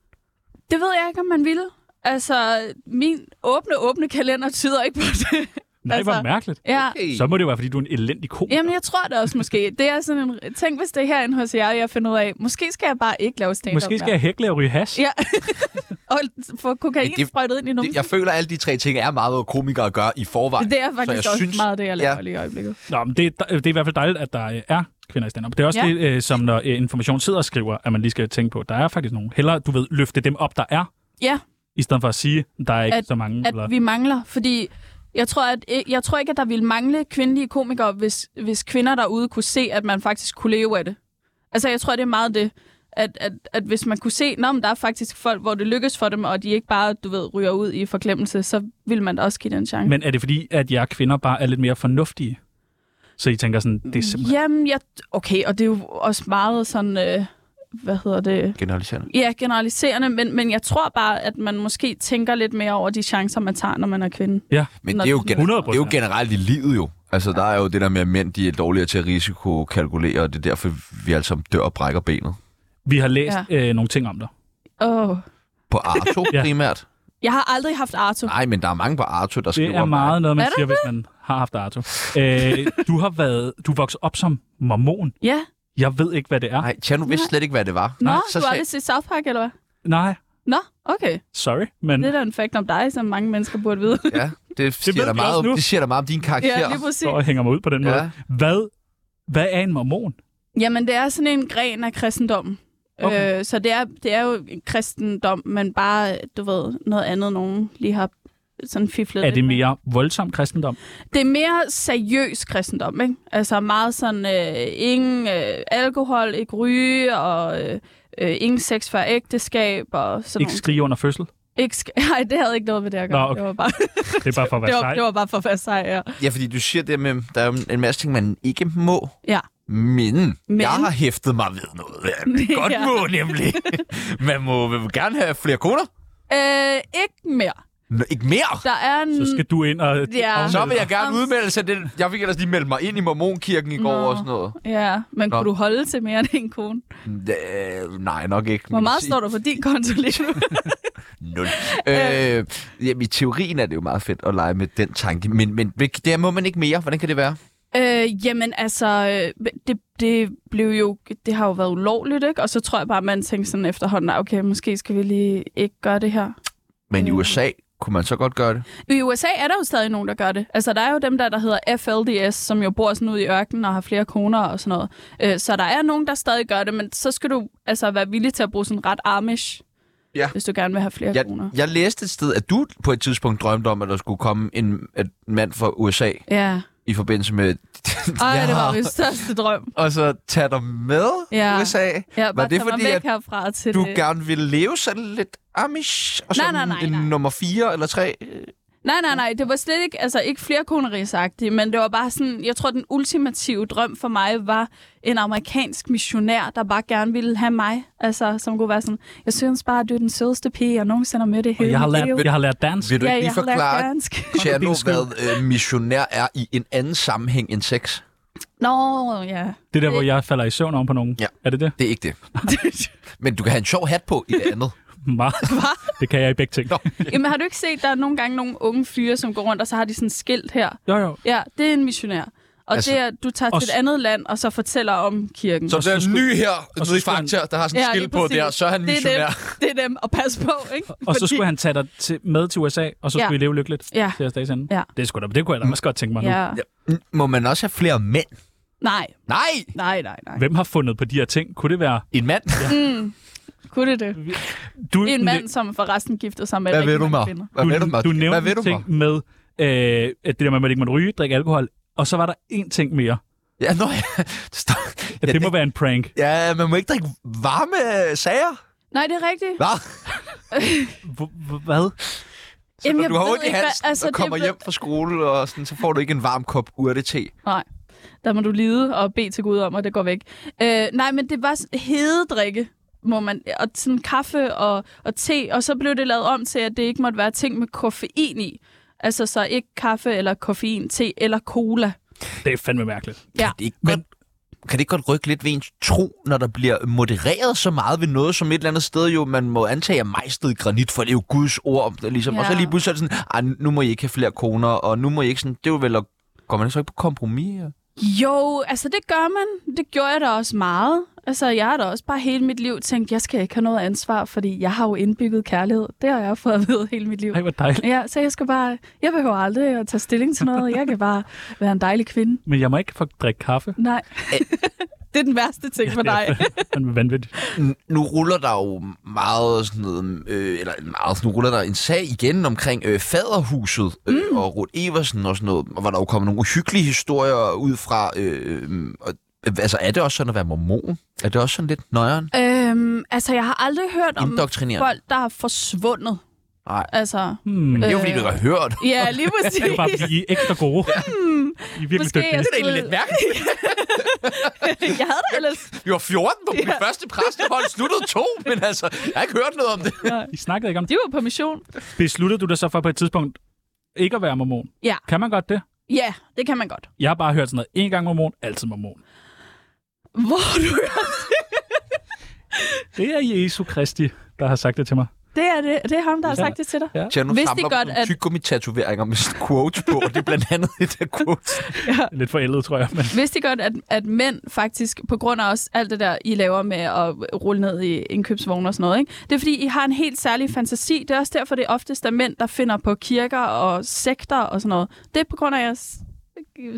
Speaker 3: Det ved jeg ikke, om man ville. Altså, min åbne, åbne kalender tyder ikke på det.
Speaker 2: Nej, altså,
Speaker 3: [LAUGHS] Altså,
Speaker 2: hvor mærkeligt.
Speaker 3: ja.
Speaker 1: Hey.
Speaker 2: Så må det jo være, fordi du er en elendig ko.
Speaker 3: Jamen, jeg tror det også måske. Det er sådan en... Tænk, hvis det er herinde hos jer, jeg finder ud af, måske skal jeg bare ikke lave stand-up
Speaker 2: Måske skal jeg hækle og ryge hash.
Speaker 3: Ja. og få kokain
Speaker 1: Men det-
Speaker 3: sprøjtet ind i nogen.
Speaker 1: Det, jeg føler, at alle de tre ting er meget, hvad komikere gør i forvejen.
Speaker 3: Det er faktisk
Speaker 1: så jeg
Speaker 3: også
Speaker 1: synes,
Speaker 3: synes... meget det, jeg laver
Speaker 1: Ja.
Speaker 3: ja. lige i øjeblikket.
Speaker 2: Nå, men det, det er i hvert fald dejligt, at der øh, er kvinder i stand-up. Det er også
Speaker 3: Ja.
Speaker 2: ja. det, øh, som når øh, information sidder og skriver, at man lige skal tænke på, der er faktisk nogen. Hellere, du ved, løfte dem op, der er,
Speaker 3: Ja,
Speaker 2: i stedet for at sige, der er ikke
Speaker 3: At-
Speaker 2: så mange. Mm, eller...
Speaker 3: at vi mangler, fordi jeg tror, at, øh, jeg tror ikke, at der ville mangle kvindelige komikere, hvis, hvis kvinder derude kunne se, at man faktisk kunne leve af det. Altså, jeg tror, det er meget det, at, at, at hvis man kunne se, når der er faktisk folk, hvor det lykkes for dem, og de ikke bare, du ved, ryger ud i forglemmelse, så vil man da også give den chance.
Speaker 2: Men er det fordi, at jer kvinder bare er lidt mere fornuftige? Så I tænker sådan, det er simpelthen...
Speaker 3: Jamen, jeg, okay, og det er jo også meget sådan, øh, hvad hedder det,
Speaker 1: Generaliserende.
Speaker 3: Ja, generaliserende, men, men jeg tror bare, at man måske tænker lidt mere over de chancer, man tager, når man er kvinde.
Speaker 2: Ja.
Speaker 1: Men
Speaker 3: Nå,
Speaker 1: det er, jo
Speaker 3: 100%.
Speaker 1: gener- det er jo generelt i livet jo. Altså, der er jo det der med, at mænd de er dårligere til at risikokalkulere, og det er derfor, vi alle sammen dør og brækker benet.
Speaker 2: Vi har læst ja. øh, nogle ting om dig.
Speaker 3: Oh.
Speaker 1: På
Speaker 3: [LAUGHS]
Speaker 1: Arto
Speaker 2: Ja.
Speaker 1: primært.
Speaker 3: Jeg har aldrig haft Arto.
Speaker 2: Ah.
Speaker 1: Nej, men der er mange på Arto, der skriver...
Speaker 2: Det er
Speaker 1: om-
Speaker 2: meget noget, man
Speaker 3: Er der
Speaker 2: siger, hvis man har haft Arto. Øh, du har været... Du voksede op som mormon.
Speaker 3: Ja.
Speaker 2: Jeg ved ikke, hvad det er.
Speaker 1: Nej, Tjerno vidste slet ikke, hvad det var.
Speaker 3: Nå,
Speaker 2: Nej,
Speaker 1: så
Speaker 3: du har
Speaker 1: sag-
Speaker 3: aldrig set South Park, eller hvad?
Speaker 2: Nej
Speaker 3: Nå, okay.
Speaker 2: sorry, men... [LAUGHS]
Speaker 3: Det er da en fact om dig, som mange mennesker burde vide.
Speaker 1: Ja. Det, siger
Speaker 2: ved
Speaker 1: der
Speaker 2: vi
Speaker 1: meget
Speaker 2: også
Speaker 1: om,
Speaker 2: nu.
Speaker 1: det siger der meget om din karakter.
Speaker 3: Ja, lige præcis.
Speaker 2: og hænger mig ud på den
Speaker 1: Ja.
Speaker 2: måde. Hvad, hvad er en mormon?
Speaker 3: Jamen, det er sådan en gren af kristendommen.
Speaker 2: Okay.
Speaker 3: Okay. Øh, så det er, det er jo en kristendom, men bare, du ved, noget andet, nogen lige har sådan fiflet
Speaker 2: Er
Speaker 3: lidt
Speaker 2: det
Speaker 3: med.
Speaker 2: mere voldsom kristendom?
Speaker 3: Det er mere seriøs kristendom, ikke? Altså meget sådan, øh, ingen øh, alkohol, ikke ryge, og øh, øh, ingen sex før ægteskab, og sådan
Speaker 2: Ikke
Speaker 3: nogle-
Speaker 2: skrige under
Speaker 3: [LAUGHS]
Speaker 2: fødsel?
Speaker 3: ikke sk- Nej, det havde ikke noget med det at gøre.
Speaker 2: Nå, okay.
Speaker 3: Det var bare, [LAUGHS]
Speaker 2: Det er bare for at
Speaker 3: det
Speaker 2: være
Speaker 3: var,
Speaker 2: sej.
Speaker 3: det var bare for at være sej, ja.
Speaker 1: Ja, fordi du siger det med, der er jo en masse ting, man ikke må.
Speaker 3: Ja.
Speaker 1: Men,
Speaker 3: Men.
Speaker 1: Men. jeg har hæftet mig ved noget,
Speaker 3: [LAUGHS]
Speaker 1: ja, man
Speaker 3: Ja.
Speaker 1: godt må nemlig. Man må vel gerne have flere koner.
Speaker 3: Øh, ikke mere.
Speaker 1: Nå, ikke mere.
Speaker 3: Der er en...
Speaker 2: Så skal du ind og...
Speaker 3: Ja.
Speaker 1: Så vil jeg
Speaker 3: Om-
Speaker 1: gerne udmelde sig. Det, jeg fik ellers lige meldt mig ind i mormonkirken i går
Speaker 3: Nå.
Speaker 1: og sådan noget.
Speaker 3: Ja, men
Speaker 1: Nå.
Speaker 3: kunne du holde til mere end en kone?
Speaker 1: Øh, nej, nok ikke.
Speaker 3: Hvor meget står der på din konto lige nu?
Speaker 1: Nul. Øh, jamen, i teorien er det jo meget fedt at lege med den tanke, men, men det her må man ikke mere. Hvordan kan det være?
Speaker 3: [LAUGHS] Øh, jamen altså, øh, det, det blev jo, det har jo været ulovligt, ikke? Og så tror jeg bare, at man tænkte sådan efterhånden, "Nå, okay, måske skal vi lige ikke gøre det her.
Speaker 1: Men i
Speaker 3: Mm.
Speaker 1: USA kunne man så godt gøre det.
Speaker 3: I USA er der jo stadig nogen, der gør det. Altså, der er jo dem der, der hedder FLDS, som jo bor sådan ude i ørkenen og har flere koner og sådan noget. Øh, så der er nogen, der stadig gør det, men så skal du altså være villig til at bruge sådan ret amish,
Speaker 1: Ja.
Speaker 3: hvis du gerne vil have flere
Speaker 1: Jeg,
Speaker 3: koner.
Speaker 1: jeg læste et sted, at du på et tidspunkt drømte om, at der skulle komme en at en mand fra USA
Speaker 3: Ja.
Speaker 1: i forbindelse med...
Speaker 3: Ej, ja. det
Speaker 1: [LAUGHS]
Speaker 3: var
Speaker 1: Ja.
Speaker 3: min største drøm.
Speaker 1: Og så tage dig med
Speaker 3: Ja.
Speaker 1: ja. USA.
Speaker 3: Ja, bare
Speaker 1: det
Speaker 3: tage mig
Speaker 1: fordi,
Speaker 3: væk
Speaker 1: at
Speaker 3: herfra til
Speaker 1: Du
Speaker 3: det.
Speaker 1: gerne ville leve sådan lidt amish, og
Speaker 3: Nej,
Speaker 1: sådan
Speaker 3: nej, nej,
Speaker 1: en
Speaker 3: nej.
Speaker 1: nummer 4 eller 3.
Speaker 3: Nej, nej, nej. Det var slet ikke, altså ikke flerkonerigsagtigt, men det var bare sådan, jeg tror, den ultimative drøm for mig var en amerikansk missionær, der bare gerne ville have mig. Altså, som kunne være sådan, jeg synes bare, at du er den sødeste pige, jeg nogensinde har mødt i
Speaker 2: Og
Speaker 3: hele
Speaker 2: jeg har
Speaker 3: mit
Speaker 2: lært,
Speaker 3: liv.
Speaker 2: jeg har lært dansk.
Speaker 1: Vil du
Speaker 3: ja,
Speaker 1: ikke
Speaker 3: jeg
Speaker 1: lige
Speaker 3: har lært
Speaker 1: forklare,
Speaker 3: dansk.
Speaker 1: [LAUGHS] Tjerno,
Speaker 2: din skyld.
Speaker 1: hvad øh, missionær er i en anden sammenhæng end sex?
Speaker 3: Nå, ja.
Speaker 2: Det er der, hvor jeg falder i søvn om på nogen.
Speaker 1: Ja.
Speaker 2: Er det det?
Speaker 1: Det er
Speaker 3: [LAUGHS]
Speaker 1: ikke det. Men du kan have en sjov hat på i det andet.
Speaker 2: Meget. Det kan jeg i begge ting. [LAUGHS]
Speaker 1: Nå.
Speaker 3: Jamen, har du ikke set, der er nogle gange nogle unge fyre, som går rundt, og så har de sådan et skilt her.
Speaker 2: Jo, jo.
Speaker 3: Ja, det er en missionær. Og altså,
Speaker 1: Altså,
Speaker 3: det er, at du tager til
Speaker 2: og s-
Speaker 3: et andet land, og så fortæller om kirken.
Speaker 1: Så
Speaker 2: så
Speaker 1: der er en
Speaker 2: skulle-
Speaker 1: ny her
Speaker 2: så
Speaker 1: nede i
Speaker 2: skulle han-
Speaker 1: Fakta, der har sådan en
Speaker 3: Ja,
Speaker 1: skilt
Speaker 3: lige
Speaker 1: på
Speaker 3: præcis.
Speaker 1: der, så er han
Speaker 3: det er,
Speaker 1: missionær.
Speaker 3: dem, det er dem at passe på, ikke?
Speaker 2: Og så
Speaker 3: Fordi-
Speaker 2: skulle han tage dig til, med til USA, og så
Speaker 3: Ja.
Speaker 2: skulle I leve lykkeligt
Speaker 3: Ja.
Speaker 2: til jeres dages ende.
Speaker 3: Ja.
Speaker 2: Det, skulle da, det kunne
Speaker 1: Mm.
Speaker 2: jeg da også godt tænke mig nu.
Speaker 3: Ja.
Speaker 1: M- Må man også have flere mænd?
Speaker 3: Nej,
Speaker 1: Nej!
Speaker 3: nej, nej, nej.
Speaker 2: Hvem har fundet på de her ting? Kunne det være...
Speaker 1: En mand?
Speaker 3: Kunne det det?
Speaker 2: Du,
Speaker 3: En mand, som forresten gifter sig med
Speaker 1: Hvad
Speaker 3: rigtig
Speaker 1: ved du,
Speaker 3: mange
Speaker 1: mig?
Speaker 3: kvinder.
Speaker 1: Hvad ved du, mig?
Speaker 2: du
Speaker 1: Hvad
Speaker 2: nævnte
Speaker 1: ved du, mig?
Speaker 2: ting med, øh, at det der med, at man ikke måtte ryge, drikke alkohol. Og så var der én ting mere.
Speaker 1: Ja, nå, ja. [LAUGHS] Det står...
Speaker 2: At
Speaker 1: ja,
Speaker 2: det må være en prank.
Speaker 1: Ja, man må ikke drikke varme øh, sager.
Speaker 3: Nej, det er rigtigt.
Speaker 1: Hvad?
Speaker 2: H- h- hvad?
Speaker 1: Så
Speaker 3: Jamen,
Speaker 1: når
Speaker 3: jeg
Speaker 1: du har
Speaker 3: ved
Speaker 1: ondt i
Speaker 3: ikke, hvad-
Speaker 1: halsen
Speaker 3: altså,
Speaker 1: altså, og
Speaker 3: det
Speaker 1: kommer
Speaker 3: ved-
Speaker 1: hjem fra skole, og sådan, så får du ikke en varm kop urte-te.
Speaker 3: Nej, der må du lide og bede til Gud om, at det går væk. Øh, nej, men det var s- hede drikke, må man, og sådan kaffe og, og te, og så blev det lavet om til, at det ikke måtte være ting med koffein i. Altså så ikke kaffe eller koffein, te eller cola.
Speaker 2: Det er fandme mærkeligt.
Speaker 3: Ja.
Speaker 1: Det er ikke godt, kan det ikke godt rykke lidt ved ens tro, når der bliver modereret så meget ved noget, som et eller andet sted jo, man må antage er mejslet i granit, for det er jo Guds ord, ligesom. Ja. Og så
Speaker 3: Ja.
Speaker 1: lige pludselig er det sådan, "Ej, nu må I ikke have flere koner, og nu må I ikke sådan, det er jo vel at, går man så ikke på kompromis? Ja?
Speaker 3: Jo, altså det gør man. Det gjorde jeg da også meget. Altså jeg har da også bare hele mit liv tænkt, jeg skal ikke have noget ansvar, fordi jeg har jo indbygget kærlighed. Det har jeg fået at vide hele mit liv.
Speaker 2: Ej, hvor dejligt.
Speaker 3: Ja, så jeg skal bare, jeg behøver aldrig at tage stilling til noget. Jeg kan bare være en dejlig kvinde.
Speaker 2: Men jeg må ikke få drikke kaffe.
Speaker 3: Nej. [LAUGHS] det er den værste ting for
Speaker 2: [LAUGHS]
Speaker 3: dig.
Speaker 2: Men vanvittigt.
Speaker 1: N- Nu ruller der jo meget sådan noget, øh, eller meget, nu ruller der en sag igen omkring øh, faderhuset øh,
Speaker 3: Mm.
Speaker 1: og Ruth Eversen og sådan noget, hvor der jo kommer nogle uhyggelige historier ud fra, øh, øh, og, øh, altså er det også sådan at være mormon? Er det også sådan lidt nøjeren?
Speaker 3: øhm, altså, jeg har aldrig hørt om
Speaker 1: Indoktrinerende?
Speaker 3: folk, der er forsvundet.
Speaker 1: Nej.
Speaker 3: Altså,
Speaker 2: Hmm.
Speaker 1: Det er jo fordi, du ikke har
Speaker 3: Øh.
Speaker 1: hørt. [LAUGHS]
Speaker 3: ja,
Speaker 2: [LAUGHS]
Speaker 3: lige
Speaker 2: Det er
Speaker 3: præcis.
Speaker 2: bare, fordi I er ekstra gode.
Speaker 3: [LAUGHS]
Speaker 2: I er virkelig
Speaker 3: Hmm. Måske
Speaker 2: dygtige.
Speaker 3: jeg skulle...
Speaker 1: mærkeligt.
Speaker 3: [LAUGHS] jeg havde da ellers...
Speaker 1: Vi var 14
Speaker 3: [LAUGHS]
Speaker 1: på min ja. første præstehold, sluttede to, men altså, jeg har ikke hørt noget om det.
Speaker 2: I snakkede ikke om det.
Speaker 3: De var på mission.
Speaker 2: Besluttede du dig så for på et tidspunkt ikke at være mormon?
Speaker 3: Ja.
Speaker 2: Kan man godt det?
Speaker 3: Ja, det kan man godt.
Speaker 2: Jeg har bare hørt sådan noget. En gang mormon, altid mormon.
Speaker 3: Hvor du
Speaker 2: Det er Jesu Kristi, der har sagt det til mig.
Speaker 3: Det er det. Det er ham, der har sagt det til dig.
Speaker 5: Ja.
Speaker 1: Tjerno
Speaker 3: Vidste
Speaker 1: samler
Speaker 3: I godt, at-
Speaker 1: tyggegummi-tatoveringer med sådan quotes på, og det er blandt andet et af quotes.
Speaker 2: Lidt forældet, tror jeg. Men
Speaker 3: [LAUGHS] Vidste I godt, at, at mænd faktisk, på grund af også alt det der, I laver med at rulle ned i indkøbsvogne og sådan noget, ikke? det er fordi, I har en helt særlig fantasi. Det er også derfor, det er oftest er mænd, der finder på kirker og sekter og sådan noget. Det er på grund af jeres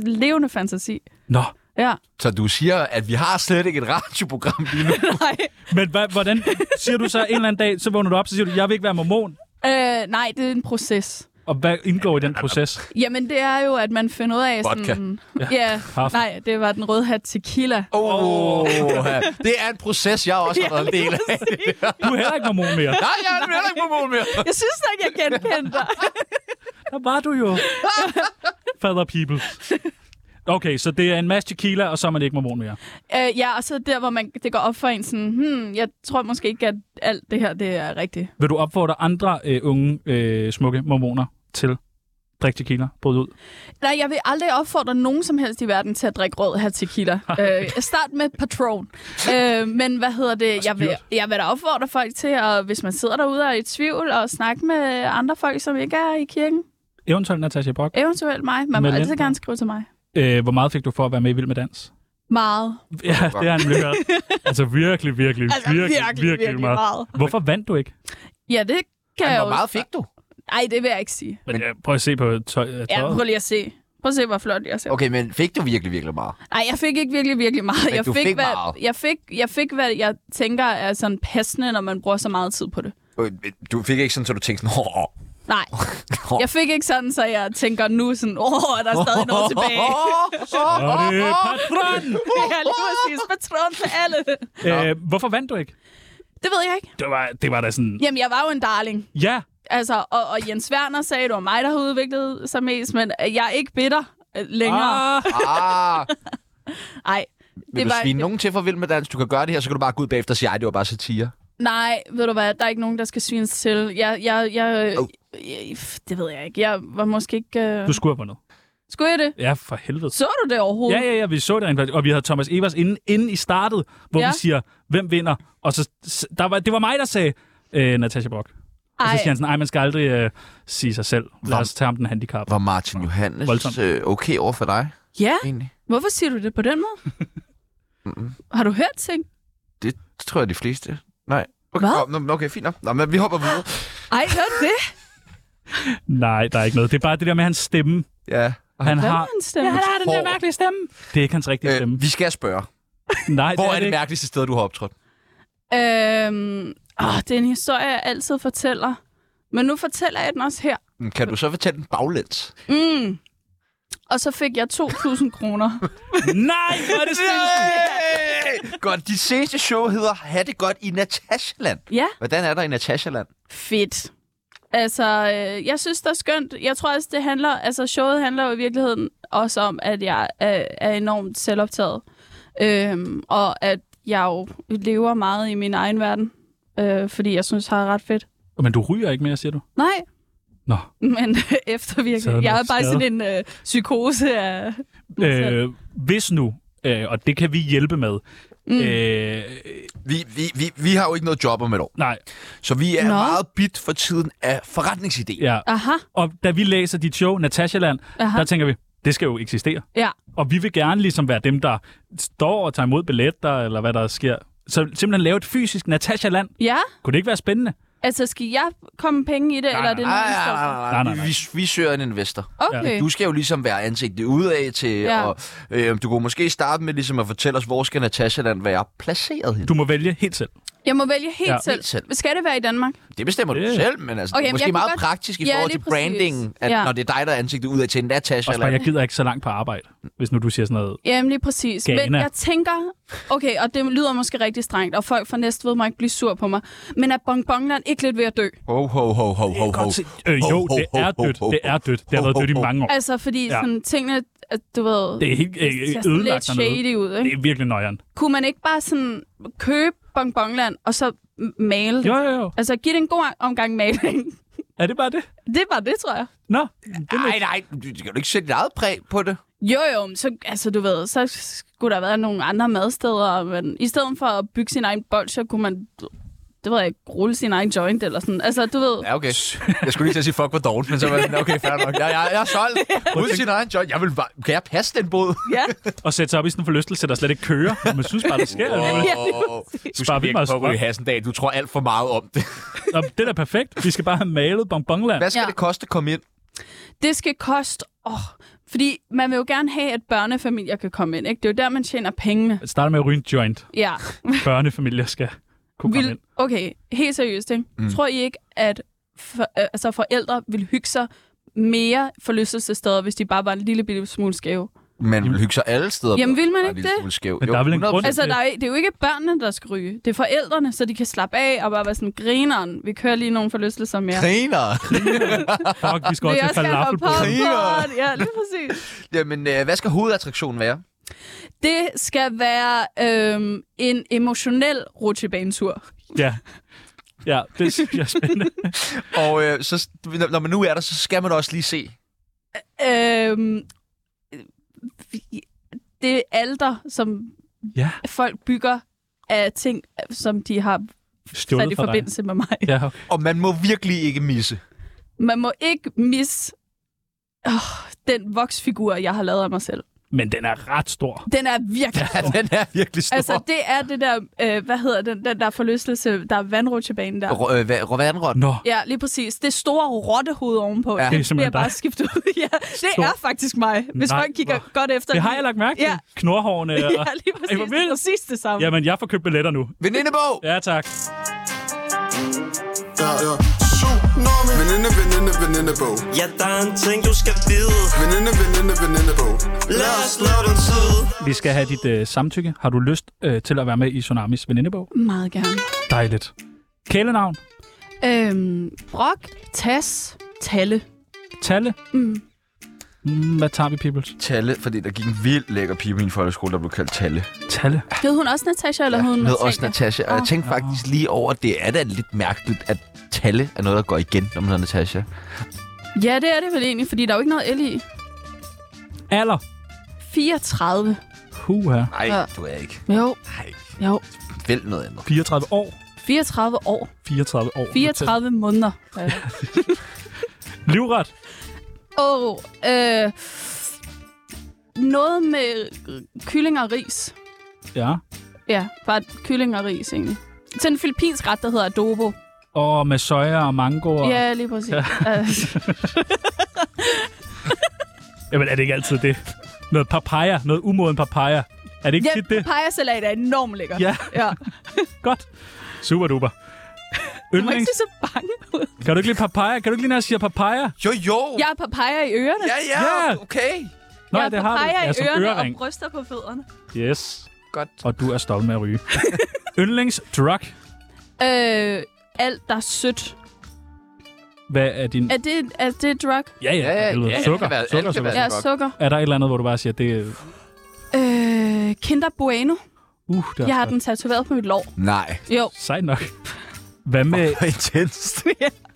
Speaker 3: levende fantasi.
Speaker 2: Nå.
Speaker 3: Ja,
Speaker 1: Så du siger, at vi har slet ikke et radioprogram lige nu.
Speaker 3: [LAUGHS] nej.
Speaker 2: Men hva, hvordan siger du så en eller anden dag, så vågner du op, så siger du, jeg vil ikke være mormon.
Speaker 3: [LAUGHS] Øh, nej, det er en proces.
Speaker 2: Og hvad indgår i den proces?
Speaker 3: Jamen, det er jo, at man finder ud af sådan... Ja, ja
Speaker 2: Kaffe.
Speaker 3: nej, det var den røde hat tequila.
Speaker 1: Oh, det er en proces, jeg også har været en del af.
Speaker 2: Du er heller ikke mormon mere.
Speaker 1: [LAUGHS] Nej, jeg er heller ikke på mål [LAUGHS] mere.
Speaker 3: Jeg synes da ikke, jeg genkendte [LAUGHS] dig.
Speaker 2: Der var du jo. Father people. Okay, så det er en masse tequila, og så er man ikke mormon mere.
Speaker 3: Øh, ja, og så der, hvor man, det går op for en sådan, hmm, jeg tror måske ikke, at alt det her det er rigtigt.
Speaker 2: Vil du opfordre andre øh, unge, øh, smukke mormoner til drik tequila, bryd ud?
Speaker 3: Nej, jeg vil aldrig opfordre nogen som helst i verden til at drikke rød her [LAUGHS] tequila. øh, start med Patron. øh, men hvad hedder det? Jeg vil, jeg vil da opfordre folk til, at, hvis man sidder derude og er i tvivl, og snakke med andre folk, som ikke er i kirken.
Speaker 2: Eventuelt Natasha Brock.
Speaker 3: Eventuelt mig. Man må
Speaker 2: Men
Speaker 3: altid
Speaker 2: enten-
Speaker 3: gerne skrive til mig.
Speaker 2: Øh, hvor meget fik du for at være med i Vild med Dans?
Speaker 3: Meget.
Speaker 2: Ja, det er han virkelig. [LAUGHS] Altså virkelig, virkelig,
Speaker 3: Altså virkelig, virkelig, virkelig meget. meget.
Speaker 2: Hvorfor vandt du ikke?
Speaker 3: Ja, det kan jeg
Speaker 1: Hvor
Speaker 3: jo...
Speaker 1: meget fik du?
Speaker 3: Ej, det vil jeg ikke sige.
Speaker 2: Men, øh, prøv at se på tøj, øh,
Speaker 3: Ja,
Speaker 2: tøjet.
Speaker 3: prøv lige at se. Prøv at se, hvor flot jeg ser.
Speaker 1: Okay, men fik du virkelig, virkelig meget?
Speaker 3: Nej, jeg fik ikke virkelig, virkelig meget.
Speaker 1: Men
Speaker 3: jeg
Speaker 1: du fik
Speaker 3: hvad,
Speaker 1: meget.
Speaker 3: Jeg fik, jeg fik, hvad jeg tænker er sådan passende, når man bruger så meget tid på det.
Speaker 1: Øh, Du fik ikke sådan, så du tænkte sådan, åh, åh,
Speaker 3: Nej,
Speaker 1: åh.
Speaker 3: jeg fik ikke sådan, så jeg tænker nu sådan, åh, der er stadig noget tilbage. [LAUGHS]
Speaker 1: Åh, åh, åh,
Speaker 2: Og det er
Speaker 1: åh.
Speaker 2: patron!
Speaker 3: Ja, lige præcis. Patron til alle.
Speaker 2: Øh, hvorfor vandt du ikke?
Speaker 3: Det ved jeg ikke.
Speaker 2: Det var, det var da sådan...
Speaker 3: Jamen, jeg var jo en darling.
Speaker 2: Ja,
Speaker 3: Altså, og, og Jens Werner sagde, at det var mig, der havde udviklet sig mest, men jeg er ikke bitter øh,
Speaker 2: Ah,
Speaker 3: længere.
Speaker 1: Ah,
Speaker 3: Nej.
Speaker 1: vil du svine nogen til for vild med dans? Du kan gøre det her, så kan du bare gå ud bagefter og sige, ej, det var bare satire.
Speaker 3: Nej, ved du hvad, der er ikke nogen, der skal svines til. Jeg, jeg, jeg, øh,
Speaker 1: Oh.
Speaker 3: jeg, det ved jeg ikke. Jeg var måske ikke... Øh...
Speaker 2: du skulle have vundet.
Speaker 3: Skulle jeg det?
Speaker 2: Ja, for helvede.
Speaker 3: Så du det overhovedet?
Speaker 2: Ja, ja, ja, vi så det rent faktisk. Og vi havde Thomas Evers inden, inden I startede, hvor
Speaker 3: Ja.
Speaker 2: ja. vi siger, hvem vinder? Og så, s- der var, det var mig, der sagde, øh, Natasha Brock. Ej. Og så siger han sådan, nej, man skal aldrig øh, sige sig selv. Lad
Speaker 1: Vam.
Speaker 2: os tage ham den handicap.
Speaker 1: Var Martin Johannes
Speaker 2: Voldsomt.
Speaker 1: øh, okay over for dig,
Speaker 3: ja,
Speaker 1: egentlig?
Speaker 3: hvorfor siger du det på den måde? Har du hørt ting?
Speaker 1: Det tror jeg, de fleste. Nej. Okay,
Speaker 3: Hvad?
Speaker 1: nå, nå, okay fint nok. Nå, men vi hopper videre.
Speaker 3: Ej, hørte det?
Speaker 2: Nej, der er ikke noget. Det er bare det der med hans stemme.
Speaker 1: Ja.
Speaker 2: Han
Speaker 3: Hvad
Speaker 2: har...
Speaker 3: er en stemme?
Speaker 2: Han
Speaker 3: Ja,
Speaker 2: har den der
Speaker 1: Hår.
Speaker 2: mærkelige stemme. Det er ikke hans rigtige stemme.
Speaker 1: Øh, vi skal spørge.
Speaker 2: Nej,
Speaker 1: Hvor
Speaker 2: det
Speaker 1: er det
Speaker 2: ikke.
Speaker 1: mærkeligste sted, du har optrådt?
Speaker 3: øhm, åh, det er en historie, jeg altid fortæller. Men nu fortæller jeg den også her.
Speaker 1: Mm, Kan du så fortælle den baglæns?
Speaker 3: Mm. Og så fik jeg 2.000 kroner.
Speaker 2: [LAUGHS] Nej, hvor er det sindssygt.
Speaker 1: Hey! Godt, de seneste show hedder Ha' det godt i Natashaland.
Speaker 3: Ja,
Speaker 1: Hvordan er der i Natashaland?
Speaker 3: fedt. Altså, øh, jeg synes, det er skønt. Jeg tror også, det handler... Altså, showet handler jo i virkeligheden også om, at jeg er, er enormt selvoptaget. Øhm, og at jeg jo lever meget i min egen verden. Øh, fordi jeg synes, det er ret fedt.
Speaker 2: Men du ryger ikke mere, siger du?
Speaker 3: Nej,
Speaker 2: Nå.
Speaker 3: men øh,
Speaker 2: Så er
Speaker 3: eftervirkning.
Speaker 2: der
Speaker 3: Jeg er
Speaker 2: noget
Speaker 3: bare
Speaker 2: skade.
Speaker 3: sådan en øh, psykose af...
Speaker 2: Øh, hvis nu, øh, og det kan vi hjælpe med. Mm. Øh,
Speaker 1: Vi, vi, vi, vi har jo ikke noget job om et år,
Speaker 2: nej,
Speaker 1: så vi er
Speaker 3: Nå.
Speaker 1: Nå. meget bit for tiden af forretningsidéer.
Speaker 2: ja.
Speaker 3: Aha,
Speaker 2: Og da vi læser dit show, Natashaland,
Speaker 3: Aha.
Speaker 2: Aha. der tænker vi, det skal jo eksistere.
Speaker 3: ja.
Speaker 2: Og vi vil gerne ligesom være dem, der står og tager imod billetter, eller hvad der sker. Så simpelthen lave et fysisk Natashaland.
Speaker 3: Ja,
Speaker 2: Kunne det ikke være spændende?
Speaker 3: altså skal jeg komme penge i det, eller er det
Speaker 1: Nej,
Speaker 3: noget, vi
Speaker 1: nej,
Speaker 3: står for?
Speaker 1: Ah, nej, nej,
Speaker 2: Nej,
Speaker 1: nej.
Speaker 2: nej, nej.
Speaker 1: Vi, vi søger en investor.
Speaker 3: Okay.
Speaker 1: Du skal jo ligesom være ansigtet udad til,
Speaker 3: Ja.
Speaker 1: ja. og øh, du kunne måske starte med ligesom at fortælle os, hvor skal Natashaland være placeret hen?
Speaker 2: Du må vælge helt selv.
Speaker 3: Jeg må vælge helt,
Speaker 2: Ja.
Speaker 3: selv.
Speaker 1: Helt selv.
Speaker 3: Skal det være i Danmark?
Speaker 1: Det bestemmer du
Speaker 2: Det-
Speaker 1: selv, men altså,
Speaker 3: Okay,
Speaker 1: okay, det
Speaker 3: men
Speaker 1: er måske
Speaker 3: jeg kunne
Speaker 1: meget
Speaker 3: godt-
Speaker 1: godt... praktisk i
Speaker 3: Ja,
Speaker 1: forhold
Speaker 3: lige
Speaker 1: til
Speaker 3: præcis.
Speaker 1: brandingen, at
Speaker 3: Ja.
Speaker 1: når det er dig, der er ansigtet ud af til en
Speaker 2: Og bare,
Speaker 1: Natasha-land.
Speaker 2: jeg gider ikke så langt på arbejde, hvis nu du siger sådan noget.
Speaker 3: Jamen lige præcis.
Speaker 2: Ghana.
Speaker 3: Men jeg tænker, okay, og det lyder måske rigtig strengt, og folk fra Næstved må ikke blive sur på mig, men er bonbonland ikke lidt ved at dø?
Speaker 1: Ho, ho, ho, ho, ho, ho.
Speaker 2: Øh,
Speaker 1: Ho,
Speaker 2: jo,
Speaker 1: ho,
Speaker 2: det
Speaker 1: ho,
Speaker 2: er
Speaker 1: ho,
Speaker 2: dødt.
Speaker 1: ho,
Speaker 2: Det er
Speaker 1: ho.
Speaker 2: dødt. Det har været
Speaker 1: Ho, ho,
Speaker 2: dødt i
Speaker 1: ho.
Speaker 2: mange år.
Speaker 3: Altså, fordi
Speaker 2: Ja.
Speaker 3: sådan, tingene, at, du ved,
Speaker 2: Det er helt øh,
Speaker 3: ser sådan lidt
Speaker 2: ødelagt dernede.
Speaker 3: shady ud,
Speaker 2: Det
Speaker 3: ikke?
Speaker 2: er virkelig nøjeren.
Speaker 3: Kunne man ikke bare sådan købe bonbonland, og så m- male det?
Speaker 2: Jo, jo, jo.
Speaker 3: Altså, giv det en god omgang maling.
Speaker 2: Er det bare det?
Speaker 3: [LAUGHS] det var det, tror jeg.
Speaker 2: Nå,
Speaker 1: Nej, nej, du du kan jo ikke sætte dit eget præg på det.
Speaker 3: Jo, jo, men så, altså, du ved, så skulle der være nogle andre madsteder, men i stedet for at bygge sin egen bolsje, kunne man det ved jeg ikke, rulle sin egen joint eller sådan. Altså, du ved,
Speaker 1: Ja, okay. [LAUGHS] Jeg skulle lige til at sige, fuck, hvor dårligt, men så var jeg sådan, okay, fair nok. Jeg, jeg, jeg er [LAUGHS] solgt. Ud sin egen joint. Jeg vil bare, kan jeg passe den båd?
Speaker 3: ja.
Speaker 2: Og sætte sig op i sådan en forlystelse, der slet ikke kører. Men man synes bare, det sker. Wow.
Speaker 1: Du
Speaker 2: Sparer
Speaker 1: skal
Speaker 2: vi
Speaker 1: virkelig
Speaker 2: meget
Speaker 1: på Røde
Speaker 2: strøm.
Speaker 1: Hassendal. Du tror alt for meget om det.
Speaker 2: Nå, det er da perfekt. Vi skal bare have malet bonbonland.
Speaker 1: Hvad skal
Speaker 3: Ja.
Speaker 1: det koste at komme ind?
Speaker 3: det skal koste... Åh, fordi man vil jo gerne have, at børnefamilier kan komme ind. Ikke? Det er jo der, man tjener pengene.
Speaker 2: Jeg starter med at ryge en joint.
Speaker 3: Ja.
Speaker 2: Børnefamilier skal kunne komme ind.
Speaker 3: Okay, helt seriøst. Ikke? Mm. Tror I ikke, at for, øh, altså forældre vil hygge sig mere forlystelsessteder, hvis de bare var en lille bitte smule skæve?
Speaker 1: Man vil hygge sig alle steder.
Speaker 3: Jamen, vil man
Speaker 1: Bare en
Speaker 3: ikke
Speaker 1: lille
Speaker 3: det?
Speaker 1: smule skæv.
Speaker 2: Men der er vel en
Speaker 1: 100%.
Speaker 2: grund-
Speaker 3: Altså, der er, det er jo ikke børnene, der skal ryge. Det er forældrene, så de kan slappe af og bare være sådan, grineren, vi kører lige nogle forlystelser mere.
Speaker 1: Griner. [LAUGHS]
Speaker 2: Fuck, vi skal
Speaker 3: Vi
Speaker 2: også til
Speaker 3: også gerne have
Speaker 2: falafelbrød.
Speaker 3: popcorn. Ja, lige præcis.
Speaker 1: Jamen, øh, hvad skal hovedattraktionen være?
Speaker 3: Det skal være øhm, en emotionel rutsjebanetur.
Speaker 2: Ja. Ja, det synes jeg er spændende.
Speaker 1: Og øh, så, når- når man nu er der, så skal man også lige se.
Speaker 3: Øhm, vi- det er alder, som
Speaker 2: Ja,
Speaker 3: folk bygger af ting, som de har sat i
Speaker 2: stjålet fra dig.
Speaker 3: forbindelse med mig.
Speaker 2: Ja, okay.
Speaker 1: Og man må virkelig ikke misse. [LAUGHS]
Speaker 3: Man må ikke misse oh, den voksfigur, jeg har lavet af mig selv.
Speaker 2: Men den er ret stor.
Speaker 3: Den er virkelig
Speaker 1: Ja, den er virkelig stor.
Speaker 3: Altså, det er det der, øh, hvad hedder den, den der forlystelse, der er vandrutsjebanen der.
Speaker 1: Rå- øh, hvad- Rovandrot.
Speaker 2: Nå,
Speaker 3: Ja, lige præcis. Det store rottehoved
Speaker 1: Ja.
Speaker 3: ovenpå. Ja,
Speaker 2: Det er
Speaker 3: det bliver
Speaker 2: simpelthen
Speaker 3: bare
Speaker 2: dig.
Speaker 3: skiftet ud. [LAUGHS] ja, det er faktisk mig, hvis
Speaker 2: Nej,
Speaker 3: Nej, folk kigger
Speaker 2: hvor-
Speaker 3: godt efter.
Speaker 2: det har jeg lagt mærke til.
Speaker 3: Ja.
Speaker 2: [LAUGHS] Ja. Knorhårene. Og...
Speaker 3: [LAUGHS] Ja, lige
Speaker 2: Ej,
Speaker 3: præcis.
Speaker 2: hvor
Speaker 3: Det er
Speaker 2: vildt.
Speaker 3: præcis det samme. Jamen.
Speaker 2: Jamen, jeg får købt billetter nu.
Speaker 1: Venindebog!
Speaker 2: Ja, tak.
Speaker 8: Ja, ja. Tsunami. Veninde, veninde, venindebog.
Speaker 9: Ja, der er en ting, du skal vide.
Speaker 8: Veninde, veninde, venindebog.
Speaker 9: Lad os slå den tid.
Speaker 2: Vi skal have dit øh, samtykke. Har du lyst øh, til at være med i Tsunamis venindebog?
Speaker 3: Meget gerne.
Speaker 2: Dejligt. Kælenavn?
Speaker 3: Øhm, Brock, Tas, Talle.
Speaker 2: Talle?
Speaker 3: Mm.
Speaker 2: Mm, Hvad tager vi, peoples?
Speaker 1: Talle, fordi der gik en vild lækker pige i min folkeskole, der blev kaldt Talle.
Speaker 2: Talle?
Speaker 3: Hed hun også Natasha, eller ja, hed hun
Speaker 1: Med også
Speaker 3: Natasha?
Speaker 1: Natasha. Og jeg tænkte faktisk lige over, at det er da lidt mærkeligt, at Talle er noget, der går igen, når man hedder Natasha.
Speaker 3: Ja, det er det vel egentlig, fordi der er jo ikke noget el i.
Speaker 2: Alder?
Speaker 3: 34.
Speaker 2: Huha.
Speaker 1: Nej,
Speaker 3: Ja.
Speaker 1: du er ikke.
Speaker 3: Jo,
Speaker 1: Nej,
Speaker 3: jo.
Speaker 1: vælg noget andet.
Speaker 2: 34 år.
Speaker 3: 34 år.
Speaker 2: 34 år.
Speaker 3: 34 måneder. Ja.
Speaker 2: Livret?
Speaker 3: Og øh, noget med øh, kylling og ris.
Speaker 2: Ja.
Speaker 3: Ja, bare kylling og ris egentlig. Til en filippinsk ret, der hedder adobo.
Speaker 2: Og med soja og mango. Og...
Speaker 3: Ja, lige præcis.
Speaker 2: [LAUGHS]
Speaker 3: Øh,
Speaker 2: Jamen, er det ikke altid det? Noget papaya. Noget umoden papaya. Er det ikke tit
Speaker 3: ja,
Speaker 2: det?
Speaker 3: pajasalat er enormt lækker.
Speaker 2: Ja.
Speaker 3: ja.
Speaker 2: Godt. Super duper.
Speaker 3: Du må ikke
Speaker 2: Yndlings.
Speaker 3: se så bange ud.
Speaker 2: Kan du ikke lide papaya? Kan du ikke lide, når jeg siger papaya?
Speaker 1: Jo, jo!
Speaker 3: Jeg har papaya i ørerne.
Speaker 1: ja,
Speaker 2: Ja.
Speaker 1: okay.
Speaker 2: Nå,
Speaker 3: jeg har
Speaker 2: det har du.
Speaker 3: papaya
Speaker 2: Ja,
Speaker 3: i
Speaker 2: som
Speaker 3: ørerne
Speaker 2: ørering.
Speaker 3: og bryster på fødderne.
Speaker 2: Yes.
Speaker 1: Godt.
Speaker 2: Og du er stolt med at ryge. [LAUGHS] Yndlingsdrug.
Speaker 3: Øh, alt, der er sødt.
Speaker 2: Hvad er din...
Speaker 3: Er det, er det drug?
Speaker 2: Ja, ja,
Speaker 1: ja,
Speaker 2: ja, helvede.
Speaker 1: ja, det
Speaker 2: sukker.
Speaker 1: kan være- alt
Speaker 2: sukker,
Speaker 1: kan
Speaker 2: sukker.
Speaker 1: være.
Speaker 3: Ja,
Speaker 1: drug?
Speaker 3: sukker.
Speaker 2: Er der et eller andet, hvor du bare siger, det er...
Speaker 3: Øh, Kinder Bueno.
Speaker 2: Uh, det er
Speaker 3: Jeg har
Speaker 2: også
Speaker 3: den tatoveret på mit lår.
Speaker 1: Nej. [LAUGHS]
Speaker 3: Jo.
Speaker 2: godt. Sejt nok. Hvad med
Speaker 1: Hvor intenst.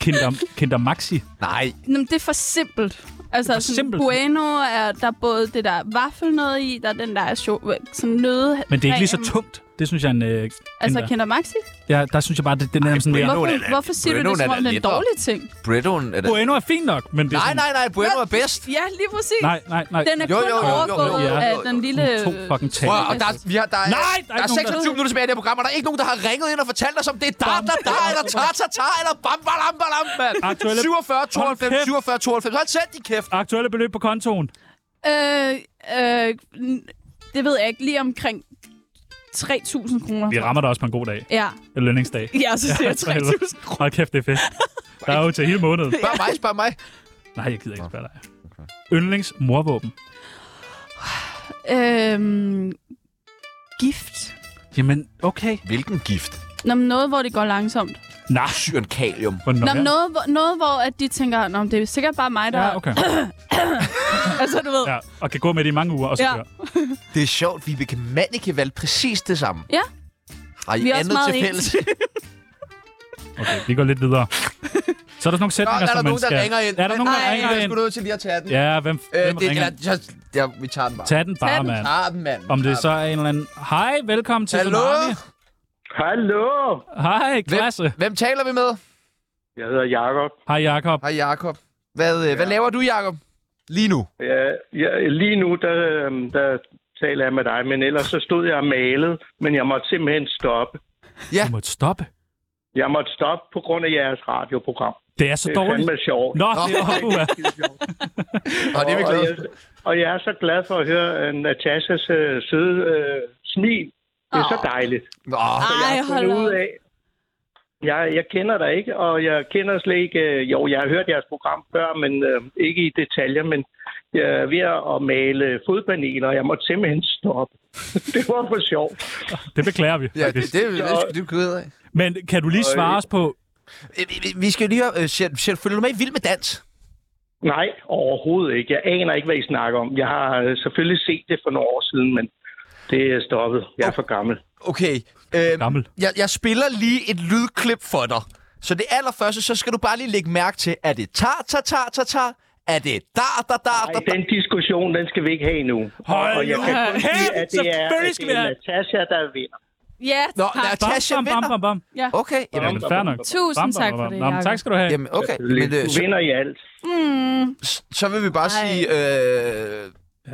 Speaker 2: Kinder, Kinder Maxi?
Speaker 1: Nej.
Speaker 3: Jamen, det er for simpelt. Altså,
Speaker 2: Det er for
Speaker 3: sådan,
Speaker 2: simpelt.
Speaker 3: Bueno er der er både det der vaffel noget i, der er den der er sjo- sådan nøde.
Speaker 2: Men det er ikke lige så tungt. Det synes jeg er en... Øh,
Speaker 3: Altså,
Speaker 2: Kinder-
Speaker 3: Kinder Maxi?
Speaker 2: ja, der synes jeg bare, det, den er sådan mere...
Speaker 1: Bueno er
Speaker 3: Hvorfor,
Speaker 1: da-
Speaker 3: hvorfor siger du
Speaker 1: Bueno
Speaker 3: det, som
Speaker 1: er
Speaker 3: om
Speaker 1: da
Speaker 3: det er en
Speaker 1: lettere.
Speaker 3: dårlig ting?
Speaker 1: Breddoen er det.
Speaker 2: Bueno er fint nok, men det er
Speaker 1: Nej,
Speaker 2: sådan,
Speaker 1: nej, nej. Bueno er bedst.
Speaker 3: Ja, lige præcis.
Speaker 2: Nej, nej, nej.
Speaker 3: Den er
Speaker 1: Jo,
Speaker 3: kun
Speaker 1: jo, jo, jo,
Speaker 3: overgået
Speaker 2: jo, jo,
Speaker 3: af
Speaker 1: jo, jo.
Speaker 3: den lille...
Speaker 2: To fucking tal.
Speaker 1: Prøv, og der, er- vi har, der, er,
Speaker 2: Nej, der er
Speaker 1: der,
Speaker 2: ikke
Speaker 1: er
Speaker 2: nogen, der-
Speaker 1: 26 minutter tilbage i det her program, og der er ikke nogen, der har ringet ind og fortalt os, om det er da, da, da, eller ta, ta, ta, eller bam, bam, bam, bam, mand.
Speaker 2: Aktuelle-
Speaker 1: 47, 92,
Speaker 2: Hold kæft.
Speaker 1: 47, 92. Hold selv din kæft.
Speaker 2: Aktuelle beløb på kontoen.
Speaker 3: Øh, øh, n- det ved jeg ikke. Lige omkring 3.000 kroner.
Speaker 2: Vi rammer dig også på en god dag.
Speaker 3: Ja.
Speaker 2: En lønningsdag.
Speaker 3: Ja, så siger [LAUGHS] jeg
Speaker 2: for helvede.
Speaker 3: 3.000 kroner.
Speaker 2: Hold kæft, det er fedt. Der er jo til hele
Speaker 3: [LAUGHS]
Speaker 2: måneden.
Speaker 1: Spørg mig, spørg mig.
Speaker 2: Nej, jeg gider ikke spørge dig. Yndlings morvåben.
Speaker 3: Øhm, gift.
Speaker 2: Jamen, okay.
Speaker 1: Hvilken gift?
Speaker 3: Nå, men noget, hvor det går langsomt.
Speaker 2: Nej.
Speaker 1: Syren kalium.
Speaker 2: Hvornår?
Speaker 3: Nå, men noget, hvor, noget, hvor at de tænker, Nå, men det er sikkert bare mig, der...
Speaker 2: Ja, okay.
Speaker 3: [LAUGHS] Altså, du ved.
Speaker 2: Ja, og kan gå med det i mange uger, og så
Speaker 3: Ja.
Speaker 2: køre.
Speaker 1: Det er sjovt, Vibeke Manneke valgte præcis det samme.
Speaker 3: Ja.
Speaker 1: Har I
Speaker 3: Vi er også
Speaker 1: andet
Speaker 3: meget
Speaker 1: til fælles?
Speaker 2: Okay, vi går lidt videre. Så er der sådan nogle
Speaker 1: Nå,
Speaker 2: sætninger,
Speaker 1: er der
Speaker 2: som man
Speaker 1: nogen, der
Speaker 2: skal...
Speaker 1: ringer ind?
Speaker 2: Altså, Er der nogen, der
Speaker 3: Ej,
Speaker 2: ringer
Speaker 1: Jeg
Speaker 2: ind?
Speaker 1: skulle nødt til lige at tage den.
Speaker 2: Ja, hvem,
Speaker 1: Øh,
Speaker 2: hvem
Speaker 1: det,
Speaker 2: ringer
Speaker 1: eller,
Speaker 2: ind?
Speaker 1: så- ja, vi tager den bare.
Speaker 2: Tag den bare,
Speaker 3: Tag den.
Speaker 2: mand.
Speaker 1: Tager den, mand.
Speaker 2: Om det
Speaker 1: Tager
Speaker 2: så er en eller anden... Hej, velkommen til
Speaker 1: Hallo?
Speaker 2: Tsunami.
Speaker 10: Hallo!
Speaker 2: Hej,
Speaker 1: Hvem,
Speaker 2: klasse.
Speaker 1: hvem taler vi med?
Speaker 10: Jeg hedder Jakob.
Speaker 2: Hej, Jakob.
Speaker 1: Hej, Jakob. Hvad, ja. hvad laver du, Jakob? Lige nu.
Speaker 10: Ja, ja, lige nu, der, øhm, der taler jeg med dig, men ellers så stod jeg og malede, men jeg måtte simpelthen stoppe.
Speaker 2: Du måtte stoppe.
Speaker 10: Jeg måtte stoppe på grund af jeres radioprogram.
Speaker 2: Det er så
Speaker 10: Det er
Speaker 2: dårligt.
Speaker 10: fandme sjovt.
Speaker 2: Nå, det er uha.
Speaker 1: Og det er vi
Speaker 10: og,
Speaker 1: glade
Speaker 10: jeg, og jeg er så glad for at høre uh, Natashas uh, søde uh, smil. Det er så
Speaker 2: Ah.
Speaker 10: dejligt.
Speaker 1: Åh,
Speaker 3: Ej,
Speaker 10: Altså, Jeg har
Speaker 3: hold
Speaker 10: fundet ud
Speaker 3: op.
Speaker 10: af, jeg, jeg kender dig ikke, og jeg kender slet ikke... øh, Jo, jeg har hørt jeres program før, men øh, ikke i detaljer, men jeg er ved at male fodpaneler, og jeg måtte simpelthen stoppe. [LAUGHS] det var for sjovt.
Speaker 2: Det beklager vi.
Speaker 1: ja, det,
Speaker 2: faktisk.
Speaker 1: det, det, det, det er ked af.
Speaker 2: Men kan du lige svare os på...
Speaker 1: Øh, vi- vi- Vi skal jo lige høre, øh, Sjæl- Sjæl, følger du med i Vild med Dans?
Speaker 10: Nej, overhovedet ikke. Jeg aner ikke, hvad I snakker om. Jeg har øh, selvfølgelig set det for nogle år siden, men det er stoppet. Jeg er for gammel.
Speaker 1: Okay, øh,
Speaker 2: Gammel.
Speaker 1: jeg, jeg spiller lige et lydklip for dig. Så det allerførste, så skal du bare lige lægge mærke til, er det ta ta ta ta ta Er det da da da da
Speaker 10: Nej,
Speaker 1: da?
Speaker 10: den diskussion, den skal vi ikke have endnu.
Speaker 2: Hold
Speaker 10: og jeg
Speaker 2: nu
Speaker 10: kan kun sige,
Speaker 2: kæft,
Speaker 10: at det er,
Speaker 2: selvfølgelig
Speaker 10: at
Speaker 2: skal
Speaker 10: det
Speaker 2: vi
Speaker 10: er
Speaker 2: have-
Speaker 10: Natasha, der vinder.
Speaker 3: Ja,
Speaker 1: Nå,
Speaker 3: tak.
Speaker 1: lad os tage-
Speaker 2: Bam,
Speaker 3: Bam,
Speaker 1: Tasha
Speaker 2: bam, bam,
Speaker 1: vinder.
Speaker 2: bam, bam.
Speaker 1: Okay, jamen,
Speaker 2: Jamen, fair nok.
Speaker 3: Tusind tak for det,
Speaker 2: Nå, men
Speaker 3: Jacob.
Speaker 2: tak skal du have.
Speaker 1: jamen okay. Men, øh,
Speaker 10: Du
Speaker 1: så,
Speaker 10: vinder i alt.
Speaker 3: Mm,
Speaker 1: så vil vi bare
Speaker 3: Ej.
Speaker 1: sige, øh,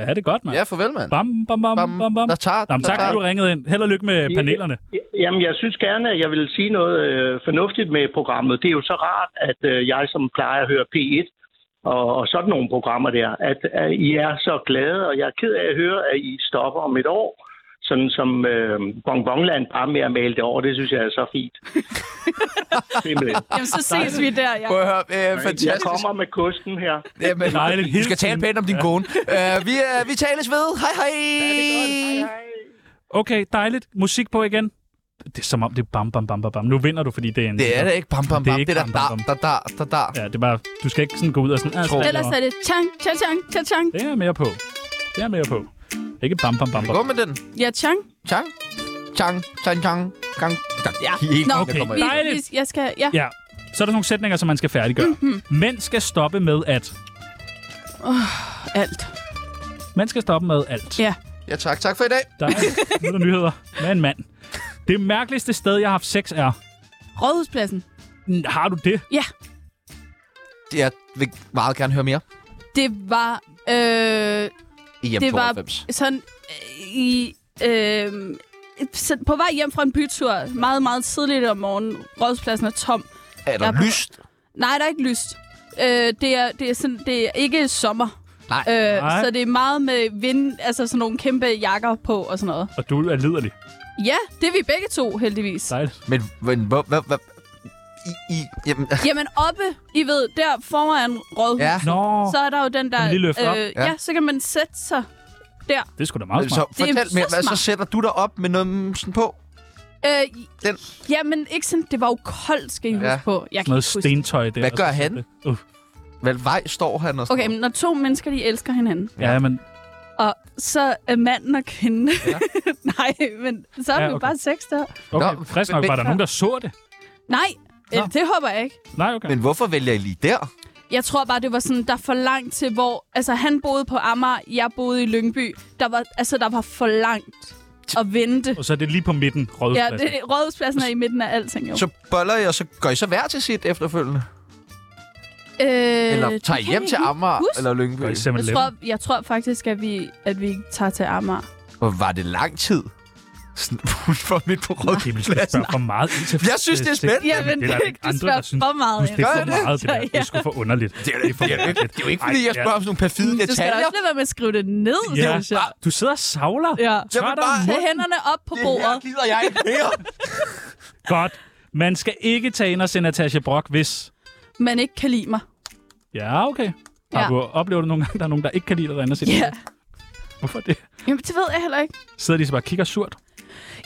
Speaker 2: Ja, det er godt, mand.
Speaker 1: ja, farvel, mand.
Speaker 2: Bam, bam, bam,
Speaker 1: Bam,
Speaker 2: bam, bam.
Speaker 1: der tager-
Speaker 2: Jamen,
Speaker 1: der
Speaker 2: tak,
Speaker 1: tager-
Speaker 2: at du ringede ind. Held og lykke med panelerne.
Speaker 10: Jamen, jeg synes gerne, at jeg vil sige noget øh, fornuftigt med programmet. Det er jo så rart, at øh, jeg som plejer at høre P1 og, og sådan nogle programmer der, at, at I er så glade, og jeg er ked af at høre, at I stopper om et år. Sådan som øh, Bonbonland bare med at male det over, det synes jeg er så fint. Simpelthen.
Speaker 3: jamen, så ses vi der, ja.
Speaker 1: Prøv at høre, øh,
Speaker 10: Jeg
Speaker 1: fantastisk.
Speaker 10: kommer med kosten her.
Speaker 1: Jamen,
Speaker 2: Dejligt.
Speaker 1: du
Speaker 2: Hele
Speaker 1: skal tale
Speaker 2: tiden.
Speaker 1: pænt om din kone. Uh, vi, uh, vi tales ved. Hej, hej.
Speaker 2: Okay, dejligt. Musik på igen. Det er som om, det er bam, bam, bam, bam, bam. Nu vinder du, fordi det er en...
Speaker 1: Det er det ikke. Bam, bam,
Speaker 2: Det
Speaker 1: bam.
Speaker 2: er
Speaker 1: Det
Speaker 2: ikke
Speaker 1: er der,
Speaker 2: bam, bam,
Speaker 1: da, da, da, da, da.
Speaker 2: Ja, det er bare... Du skal ikke sådan gå ud og sådan...
Speaker 1: Tror.
Speaker 2: det,
Speaker 3: Ellers er det chang, chang, chang, chang, chang.
Speaker 2: det er mere på. Det er mere på. Ikke bam, bam, bam,
Speaker 1: Gå
Speaker 2: bam.
Speaker 1: med den.
Speaker 3: Ja, chang.
Speaker 1: Chang. Chang. Chang. Chang. Chang. Chang.
Speaker 3: Ja.
Speaker 1: Helt
Speaker 3: Nå,
Speaker 1: der
Speaker 2: okay.
Speaker 1: kommer
Speaker 3: Vi,
Speaker 1: jeg.
Speaker 3: vi,
Speaker 2: Dejligt.
Speaker 3: jeg skal, ja.
Speaker 2: Ja. Så er der nogle sætninger, som man skal færdiggøre.
Speaker 3: Mhm.
Speaker 2: Mænd skal stoppe med at...
Speaker 3: Alt.
Speaker 2: Mænd skal stoppe med alt.
Speaker 3: Ja.
Speaker 1: Ja, tak. Tak for i dag.
Speaker 2: Der er, nu er der nyheder med en mand. Det mærkeligste sted, jeg har haft sex, er...
Speaker 3: Rådhuspladsen.
Speaker 2: Mm, Har du det?
Speaker 3: Ja,
Speaker 1: Jeg vil meget gerne høre mere.
Speaker 3: det var... Øh,
Speaker 1: I hjem
Speaker 3: det var
Speaker 1: 92.
Speaker 3: sådan øh, i... Øh, så på vej hjem fra en bytur, meget, meget tidligt om morgenen, rådspladsen er tom.
Speaker 1: Er der
Speaker 3: Jeg var-
Speaker 1: lyst?
Speaker 3: Nej, der er ikke lyst. Øh, det, er, det, er sådan, det er ikke sommer.
Speaker 1: Nej.
Speaker 3: Øh,
Speaker 2: Nej.
Speaker 3: Så det er meget med vind, altså sådan nogle kæmpe jakker på og sådan noget.
Speaker 2: Og du er liderlig.
Speaker 3: Ja, det er vi begge to, heldigvis.
Speaker 2: Dejligt.
Speaker 1: Men, men hvor, hvad, hvad, I, I, jamen, [LAUGHS]
Speaker 3: Jamen oppe, I ved, der foran rådhuset,
Speaker 1: ja.
Speaker 2: Nå,
Speaker 3: så er der jo den der... øh,
Speaker 2: Kan man lige løfte op?
Speaker 3: ja.
Speaker 1: Ja.
Speaker 3: ja, så kan man sætte sig der.
Speaker 2: det er sgu da meget
Speaker 1: Så
Speaker 2: smart.
Speaker 3: Det er
Speaker 1: altså, fortæl
Speaker 3: så
Speaker 1: mig, hvad så
Speaker 3: smart.
Speaker 1: sætter du dig op med noget mm, sådan på?
Speaker 3: Øh, i-
Speaker 1: Den.
Speaker 3: Jamen, ikke sådan, det var jo koldt, skal I huske
Speaker 1: Ja.
Speaker 3: på. Jeg kan
Speaker 2: Noget
Speaker 3: ikke huske.
Speaker 2: stentøj der.
Speaker 1: Hvad
Speaker 2: og så
Speaker 1: gør
Speaker 2: sidder
Speaker 1: han?
Speaker 2: det. Uh,
Speaker 1: Hvad vej står han? Og sådan
Speaker 3: Okay, men når to mennesker, de elsker hinanden,
Speaker 2: ja, men
Speaker 3: og så er manden og kvinden... Ja. [LAUGHS] Nej, men så er
Speaker 2: Ja,
Speaker 3: ja, okay.
Speaker 2: okay.
Speaker 3: bare sex der.
Speaker 2: okay,
Speaker 1: Nå,
Speaker 2: Nå, frisk nok,
Speaker 1: men-
Speaker 2: var der nogen, der så det?
Speaker 3: Nej,
Speaker 2: Nå.
Speaker 3: øh, det håber jeg ikke.
Speaker 2: Nej, okay.
Speaker 1: Men hvorfor vælger I lige der?
Speaker 3: Jeg tror bare, det var sådan, der er for langt til, hvor... Altså, han boede på Amager, jeg boede i Lyngby. Der var, altså, der var for langt at vente.
Speaker 2: Og så er det lige på midten,
Speaker 3: Ja,
Speaker 2: rådhuspladsen.
Speaker 3: det, rådhuspladsen er i midten af alting, jo.
Speaker 1: Så boller I, og så gør I så hver til sit efterfølgende?
Speaker 3: øh,
Speaker 1: Eller
Speaker 3: det
Speaker 1: tager I
Speaker 3: kan
Speaker 1: hjem
Speaker 3: jeg
Speaker 1: til
Speaker 3: ikke
Speaker 1: Amager
Speaker 3: huske.
Speaker 1: eller Lyngby?
Speaker 2: Gør I 7-Eleven?
Speaker 3: Jeg tror, jeg tror faktisk, at vi, at vi tager til Amager.
Speaker 1: Hvor var det lang tid? Sådan [LAUGHS] for mit på
Speaker 2: Det vil sgu
Speaker 1: rådhuspladsen.
Speaker 2: spørge for meget ind til.
Speaker 1: Jeg synes, det er spændende.
Speaker 3: Ja, men
Speaker 2: det er der ikke
Speaker 3: det, det
Speaker 2: andre,
Speaker 3: spørger
Speaker 2: der synes.
Speaker 3: for meget.
Speaker 2: Husk, det
Speaker 3: Jan.
Speaker 2: er
Speaker 1: Gør
Speaker 2: for
Speaker 1: det?
Speaker 2: meget, det der. Det er sgu for underligt.
Speaker 1: Det er, det, er, det, er, det er jo ikke, fordi
Speaker 2: Ej,
Speaker 1: jeg
Speaker 2: ja.
Speaker 1: spørger om sådan nogle perfide
Speaker 3: Du Mm, skal da
Speaker 1: detaljer.
Speaker 3: også lade være med at skrive det ned,
Speaker 2: Ja, Ah,
Speaker 3: synes jeg.
Speaker 2: du sidder og savler.
Speaker 3: Ja.
Speaker 1: Jeg vil
Speaker 2: Tør
Speaker 1: bare-
Speaker 2: dig om
Speaker 3: Tag
Speaker 2: munden.
Speaker 3: hænderne op på bordet.
Speaker 1: gider jeg ikke mere.
Speaker 2: Godt. Man skal ikke tage ind og se Natasha Brock, hvis...
Speaker 3: Man ikke kan lide mig.
Speaker 2: Ja, okay. Har
Speaker 3: Ja.
Speaker 2: du oplevet det nogle gange, der er nogen, der ikke kan lide dig derinde og se
Speaker 3: Ja.
Speaker 2: Hvorfor det?
Speaker 3: Jamen, det ved jeg heller ikke.
Speaker 2: Sidder de så bare og kigger surt?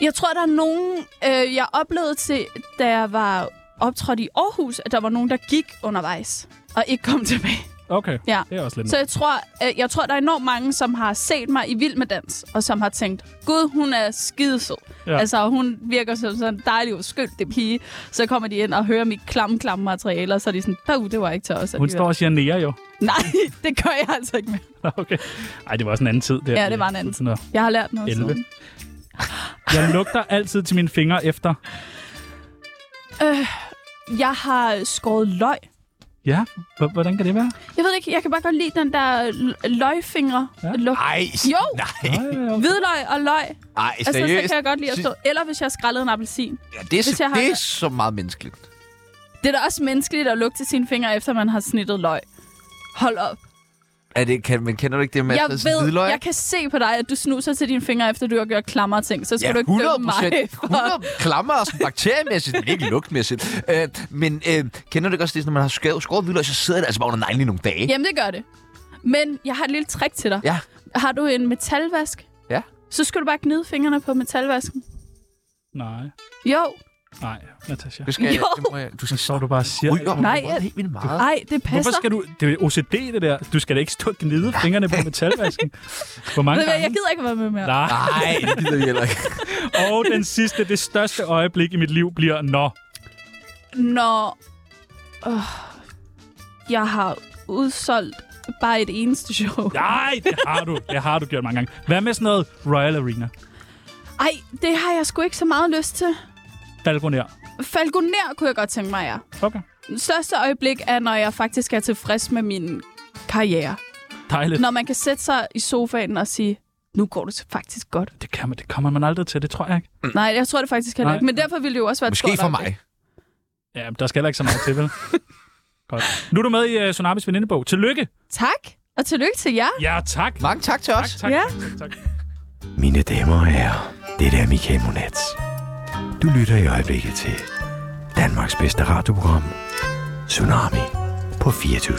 Speaker 3: Jeg tror, der er nogen, øh, jeg oplevede til, da jeg var optrådt i Aarhus, at der var nogen, der gik undervejs og ikke kom tilbage.
Speaker 2: Okay,
Speaker 3: Ja.
Speaker 2: det er også lidt...
Speaker 3: Så jeg tror, øh, jeg tror, der er enormt mange, som har set mig i Vild med Dans, og som har tænkt, gud, hun er skidesød.
Speaker 2: Ja.
Speaker 3: Ja. Altså, hun virker som sådan en dejlig, uskyldig pige. Så kommer de ind og hører mit klamme, klamme materiale, og så er de sådan, "Bau, det var ikke til os.
Speaker 2: Hun
Speaker 3: alligevel."
Speaker 2: står og siger nære jo. [LAUGHS]
Speaker 3: Nej, [LAUGHS] det gør jeg altså ikke mere.
Speaker 2: Nå, Okay. Ej, det var også en anden tid. Der.
Speaker 3: Ja, det var en anden
Speaker 2: Sådan noget
Speaker 3: Jeg har lært noget
Speaker 2: 11.
Speaker 3: siden.
Speaker 2: Jeg lugter altid til mine fingre efter.
Speaker 3: Øh, jeg har skåret løg.
Speaker 2: Ja, h- hvordan kan det være?
Speaker 3: Jeg ved ikke, jeg kan bare godt lide den der øh, l- løgfingre
Speaker 2: Ja.
Speaker 3: lugt.
Speaker 1: Ej,
Speaker 3: Jo,
Speaker 1: nej.
Speaker 2: Ej,
Speaker 3: hvidløg og løg.
Speaker 1: Ej, seriøst.
Speaker 3: Altså, så kan jeg godt lide at
Speaker 1: Sy-
Speaker 3: stå. Eller hvis jeg har skrællet en appelsin.
Speaker 1: Ja, det er,
Speaker 3: hvis
Speaker 1: så,
Speaker 3: jeg har-
Speaker 1: det er så meget menneskeligt.
Speaker 3: Det er da også menneskeligt at lugte til sine fingre, efter man har snittet løg. Hold op.
Speaker 1: Er det, kan, men kender du ikke det med
Speaker 3: Jeg
Speaker 1: at sådan
Speaker 3: ved,
Speaker 1: hvidløg?
Speaker 3: jeg kan se på dig, at du snuser til dine fingre, efter du har gjort klammer ting. Så skal
Speaker 1: Ja,
Speaker 3: du ikke
Speaker 1: 100
Speaker 3: dømme mig. [LAUGHS] For...
Speaker 1: 100 klammer og sådan bakteriemæssigt, men ikke lugtmæssigt. Øh, men øh, kender du ikke også det, når man har skåret, skåret hvidløg, så sidder det altså bare under neglen i nogle dage?
Speaker 3: Jamen, det gør det. Men jeg har et lille trick til dig.
Speaker 1: Ja.
Speaker 3: Har du en metalvask?
Speaker 1: Ja.
Speaker 3: Så skal du bare gnide fingrene på metalvasken.
Speaker 2: Nej,
Speaker 3: Jo.
Speaker 2: nej, Natasha.
Speaker 1: Det skal jeg,
Speaker 3: Jo.
Speaker 1: det må jeg, du
Speaker 2: Så
Speaker 1: skal
Speaker 2: står du bare og siger...
Speaker 1: ryge om
Speaker 3: Nej,
Speaker 1: helt vildt meget.
Speaker 3: Ej, det passer.
Speaker 2: Hvorfor skal du... Det er OCD, det der. Du skal da ikke stå og gnide fingrene på metalvasken. Hvor mange
Speaker 3: Ved du hvad,
Speaker 2: gange?
Speaker 3: Jeg gider ikke være med mere.
Speaker 2: Nej.
Speaker 1: Nej, det gider vi heller ikke.
Speaker 2: Og den sidste, det største øjeblik i mit liv bliver, når...
Speaker 3: Når øh, jeg har udsolgt bare et eneste show.
Speaker 2: Nej, det har du. Det har du gjort mange gange. Hvad med sådan noget Royal Arena?
Speaker 3: Ej, det har jeg sgu ikke så meget lyst til.
Speaker 2: Balkoner.
Speaker 3: Falconer kunne jeg godt tænke mig, ja.
Speaker 2: Okay.
Speaker 3: Største øjeblik er, når jeg faktisk er tilfreds med min karriere.
Speaker 2: Dejligt.
Speaker 3: Når man kan sætte sig i sofaen og sige, nu går det faktisk godt.
Speaker 2: Det, kan man, det kommer man aldrig til, det tror jeg ikke.
Speaker 3: Nej, jeg tror det faktisk heller
Speaker 2: Mm. Nej.
Speaker 3: ikke. Men derfor ville det jo også være et
Speaker 1: Måske
Speaker 3: stort
Speaker 1: for
Speaker 3: øjeblik.
Speaker 1: mig.
Speaker 2: Ja, men der skal heller ikke så meget til, vel? Godt. Nu er du med i uh, Tsunamis venindebog. Tillykke.
Speaker 3: Tak, og tillykke til jer.
Speaker 2: Ja, tak.
Speaker 1: Mange tak til
Speaker 2: Tak,
Speaker 1: os.
Speaker 2: tak,
Speaker 3: Ja.
Speaker 2: tak.
Speaker 11: Mine damer og herrer, det er Michael Monats. Du lytter i øjeblikket til Danmarks bedste radioprogram, Tsunami på 24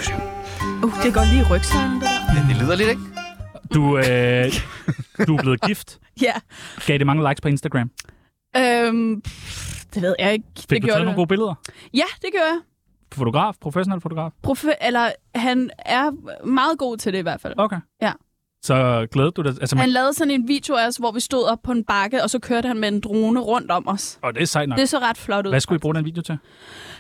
Speaker 3: Uh, det går lige i rygsøjlen der.
Speaker 1: Men det lyder lidt, ikke?
Speaker 2: Du, øh, du er blevet gift.
Speaker 3: Ja.
Speaker 2: Gav det mange likes på Instagram.
Speaker 3: Øhm, pff, det ved jeg ikke.
Speaker 2: Fik
Speaker 3: det
Speaker 2: du taget
Speaker 3: det.
Speaker 2: nogle gode billeder?
Speaker 3: Ja, det gjorde jeg.
Speaker 2: Fotograf? Professionel fotograf?
Speaker 3: Profe- eller, han er meget god til det i hvert fald.
Speaker 2: Okay.
Speaker 3: Ja.
Speaker 2: Så glæder du dig? Altså, man...
Speaker 3: Han lavede sådan en video af os, hvor vi stod op på en bakke, og så kørte han med en drone rundt om os.
Speaker 2: Og det er sejt nok.
Speaker 3: Det så ret flot ud.
Speaker 2: Hvad skulle I bruge den video til?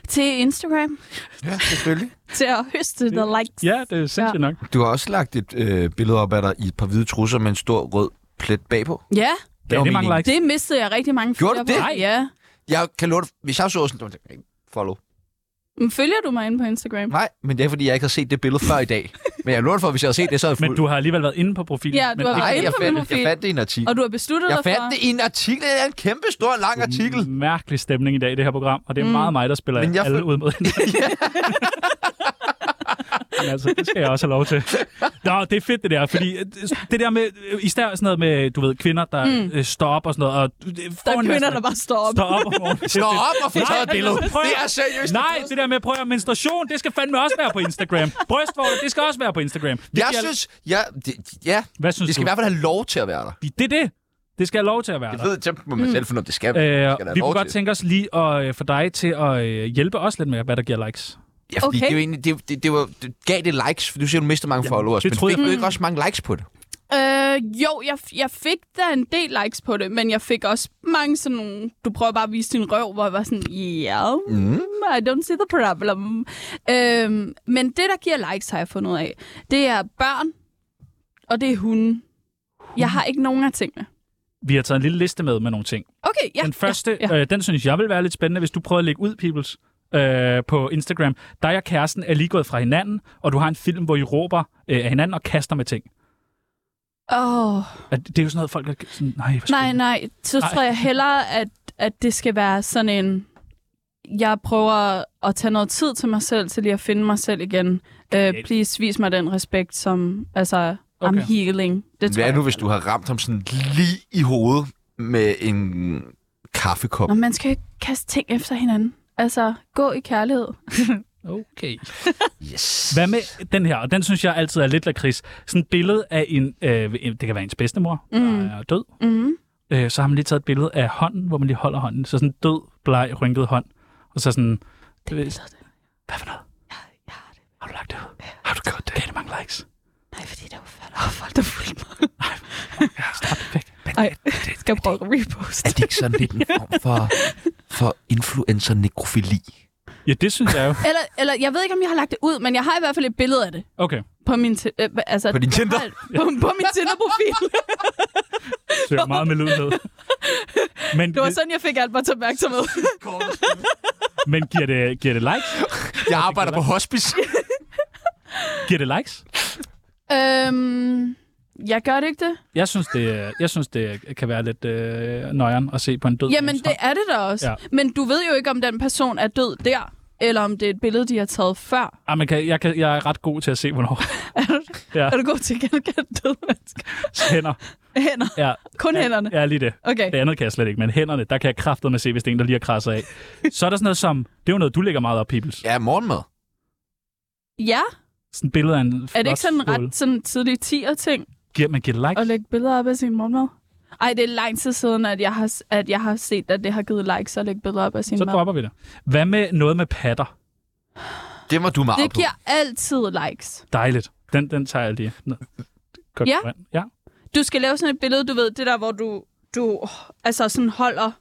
Speaker 3: Til Instagram, [LAUGHS]
Speaker 1: Ja, selvfølgelig.
Speaker 3: til at høste the likes.
Speaker 2: Ja, det er sindssygt nok.
Speaker 1: Du har også lagt et øh, billede op af dig i et par hvide trusser med en stor rød plet bagpå.
Speaker 3: Ja,
Speaker 1: Det var
Speaker 2: det mange
Speaker 1: meningen.
Speaker 2: likes.
Speaker 3: det mistede jeg rigtig mange
Speaker 1: Gjorde
Speaker 3: følgere
Speaker 1: du det?
Speaker 3: på.
Speaker 1: Nej.
Speaker 3: Ja.
Speaker 1: Jeg kan love dig, hvis jeg så sådan, så tænkte jeg, follow.
Speaker 3: Men følger du mig inde på Instagram?
Speaker 1: Nej, men det er, fordi jeg ikke har set det billede før i
Speaker 2: [LAUGHS]
Speaker 1: dag. Men jeg lover dig for, at hvis jeg havde set det, så havde jeg
Speaker 2: Men du har alligevel været inde på profilen.
Speaker 3: Ja, du
Speaker 2: men
Speaker 3: har
Speaker 2: ikke-
Speaker 3: været
Speaker 1: Nej,
Speaker 3: inde
Speaker 1: jeg
Speaker 3: på min
Speaker 1: fandt, jeg
Speaker 3: profil.
Speaker 1: fandt det i en artikel.
Speaker 3: Og du har besluttet
Speaker 1: Jeg
Speaker 3: dig for...
Speaker 1: fandt det i en artikel. Det er en kæmpe stor, lang artikel.
Speaker 2: mærkelig stemning i dag i det her program, og det er
Speaker 3: Mm.
Speaker 2: mm. meget mig, der spiller
Speaker 1: Men jeg
Speaker 2: alle
Speaker 1: føl- [LAUGHS]
Speaker 2: ud mod hinanden. Men altså, det skal jeg også have lov til. Nå, det er fedt det der, fordi øh, det der med, øh, især sådan noget med, du ved, kvinder, der mm. står op og sådan noget, og øh,
Speaker 3: Der er
Speaker 2: foran-
Speaker 1: altså.
Speaker 3: kvinder, der bare står op.
Speaker 2: står op og
Speaker 1: [LAUGHS]
Speaker 2: morgen.
Speaker 1: Slå op og få
Speaker 2: Nej,
Speaker 1: taget et billede.
Speaker 2: prøv-
Speaker 1: Det er seriøst.
Speaker 2: Nej, det der med, prøv at høre, menstruation, det skal fandme også være på Instagram. Brystvorter, det skal også være på Instagram. Det
Speaker 1: Jeg
Speaker 2: giver-
Speaker 1: synes, jeg, det, ja,
Speaker 2: Hvad synes
Speaker 1: det skal
Speaker 2: du?
Speaker 1: i hvert fald have lov til at være der.
Speaker 2: Det er det. Det skal have lov til at være
Speaker 1: Jeg
Speaker 2: der.
Speaker 1: ved, det må man selv finde ud af, det skal, det
Speaker 2: Øh,
Speaker 1: skal der
Speaker 2: vi
Speaker 1: lov
Speaker 2: kunne godt
Speaker 1: til.
Speaker 2: tænke os lige at øh, få dig til at øh, hjælpe os lidt med, hvad der giver likes.
Speaker 1: Ja, fordi okay.
Speaker 3: Okay.
Speaker 1: det, er jo egentlig, det, det, det, var, det gav det likes, for du siger, du mister mange
Speaker 2: Ja,
Speaker 1: ja, followers,
Speaker 2: det
Speaker 1: men
Speaker 2: troede
Speaker 1: fik
Speaker 2: jeg.
Speaker 1: du ikke også mange likes på det?
Speaker 3: Øh, jo, jeg, jeg fik da en del likes på det, men jeg fik også mange sådan nogle... Du prøver bare at vise din røv, hvor jeg var sådan... Yeah, mm. I don't see the problem. Øh, men det, der giver likes, har jeg fundet ud af. Det er børn, og det er hunde. Jeg har ikke nogen af tingene.
Speaker 2: Vi har taget en lille liste med med nogle ting.
Speaker 3: Okay, ja.
Speaker 2: den første,
Speaker 3: Ja, ja.
Speaker 2: Øh, den synes jeg vil være lidt spændende, hvis du prøver at lægge ud, Peoples, øh, på Instagram. Dig og kæresten er lige gået fra hinanden, og du har en film, hvor I råber øh, af hinanden og kaster med ting.
Speaker 3: Åh, oh,
Speaker 2: At, det er jo sådan noget, folk er sådan, nej, hvor
Speaker 3: nej,
Speaker 2: spændende."
Speaker 3: nej. Så
Speaker 2: Nej.
Speaker 3: tror jeg hellere, at, at det skal være sådan en... Jeg prøver at tage noget tid til mig selv, til lige at finde mig selv igen. Uh, please, vis mig den respekt, som... Altså, okay.
Speaker 2: Okay.
Speaker 3: I'm healing. Det tror
Speaker 1: Hvad
Speaker 3: jeg.
Speaker 1: nu, hvis du har ramt ham sådan lige i hovedet med en kaffekop?
Speaker 3: Nå, man skal jo ikke kaste ting efter hinanden. Altså, gå i kærlighed.
Speaker 2: Okay.
Speaker 1: Yes.
Speaker 2: Hvad med den her? Og den synes jeg altid er lidt lakrids. Sådan et billede af en, øh, en- det kan være ens bedstemor, mm. der er død.
Speaker 3: Mm-hmm.
Speaker 2: øh, så har man lige taget et billede af hånden, hvor man lige holder hånden. Så sådan en død, bleg, rynket hånd. Og så sådan... Det øh, hvad for noget? Har du lagt det ud? Har du gjort det? Gav det mange likes?
Speaker 3: Nej, fordi det var færdigt. Åh, folk, der fulgte mig.
Speaker 2: Ja. Stop det væk.
Speaker 3: Ej, skal jeg prøve at repost?
Speaker 1: Er det ikke sådan lidt en form for, for influencer-nekrofili?
Speaker 2: Ja, det synes jeg jo.
Speaker 3: Eller, eller, jeg ved ikke, om jeg har lagt det ud, men jeg har i hvert fald et billede af det.
Speaker 2: Okay.
Speaker 3: På min, t- øh, hva- altså,
Speaker 1: På din
Speaker 3: jeg har-
Speaker 1: Tinder?
Speaker 3: På, på min Tinder-profil.
Speaker 2: Så jeg er meget med lyd med. Men,
Speaker 3: Det var sådan, jeg fik alt vores opmærksomhed.
Speaker 2: men giver, det, giver det likes?
Speaker 1: Jeg arbejder på hospice.
Speaker 2: Giver det likes?
Speaker 3: øhm, jeg gør det ikke det?
Speaker 2: Jeg synes, det, er- jeg synes, det kan være lidt øh, nøjeren at se på en død
Speaker 3: Jamen,
Speaker 2: menneske.
Speaker 3: det er det da også.
Speaker 2: Ja.
Speaker 3: Ja. Men du ved jo ikke, om den person er død der, eller om det er et billede, de har taget før. [LAUGHS]
Speaker 2: Ah, man kan, jeg, kan, jeg er ret god til at se, hvornår [LAUGHS] Ja.
Speaker 3: Ja. Er du god til at genkende døde mennesker?
Speaker 2: hænder.
Speaker 3: Hænder.
Speaker 2: Ja.
Speaker 3: Kun
Speaker 2: ja,
Speaker 3: hænderne?
Speaker 2: Ja, lige det.
Speaker 3: Okay.
Speaker 2: Det andet kan jeg slet ikke, men hænderne, der kan jeg kraftedeme se, hvis det er en, der lige har krasset af. Så er der sådan noget som, det er jo noget, du lægger meget op, Peoples.
Speaker 1: Ja, morgenmad.
Speaker 3: Ja.
Speaker 2: Sådan et billede af en
Speaker 3: Er det ikke sådan en
Speaker 2: flot skål.
Speaker 3: ret sådan tidlig 10'er ting
Speaker 2: Giver man giver like?
Speaker 3: at lægge billeder op af sin morgenmad? Ej, det er lang tid siden, at jeg har, at jeg har set, at det har givet likes at lægge billeder op af sin
Speaker 2: Så
Speaker 3: mad.
Speaker 2: dropper vi det. Hvad med noget med patter?
Speaker 1: Det må du meget
Speaker 3: Det giver altid likes.
Speaker 2: Dejligt. Den, den tager jeg lige. Nå. Godt
Speaker 3: Ja.
Speaker 2: grøn. ja.
Speaker 3: Du skal lave sådan et billede, du ved, det der, hvor du, du altså sådan holder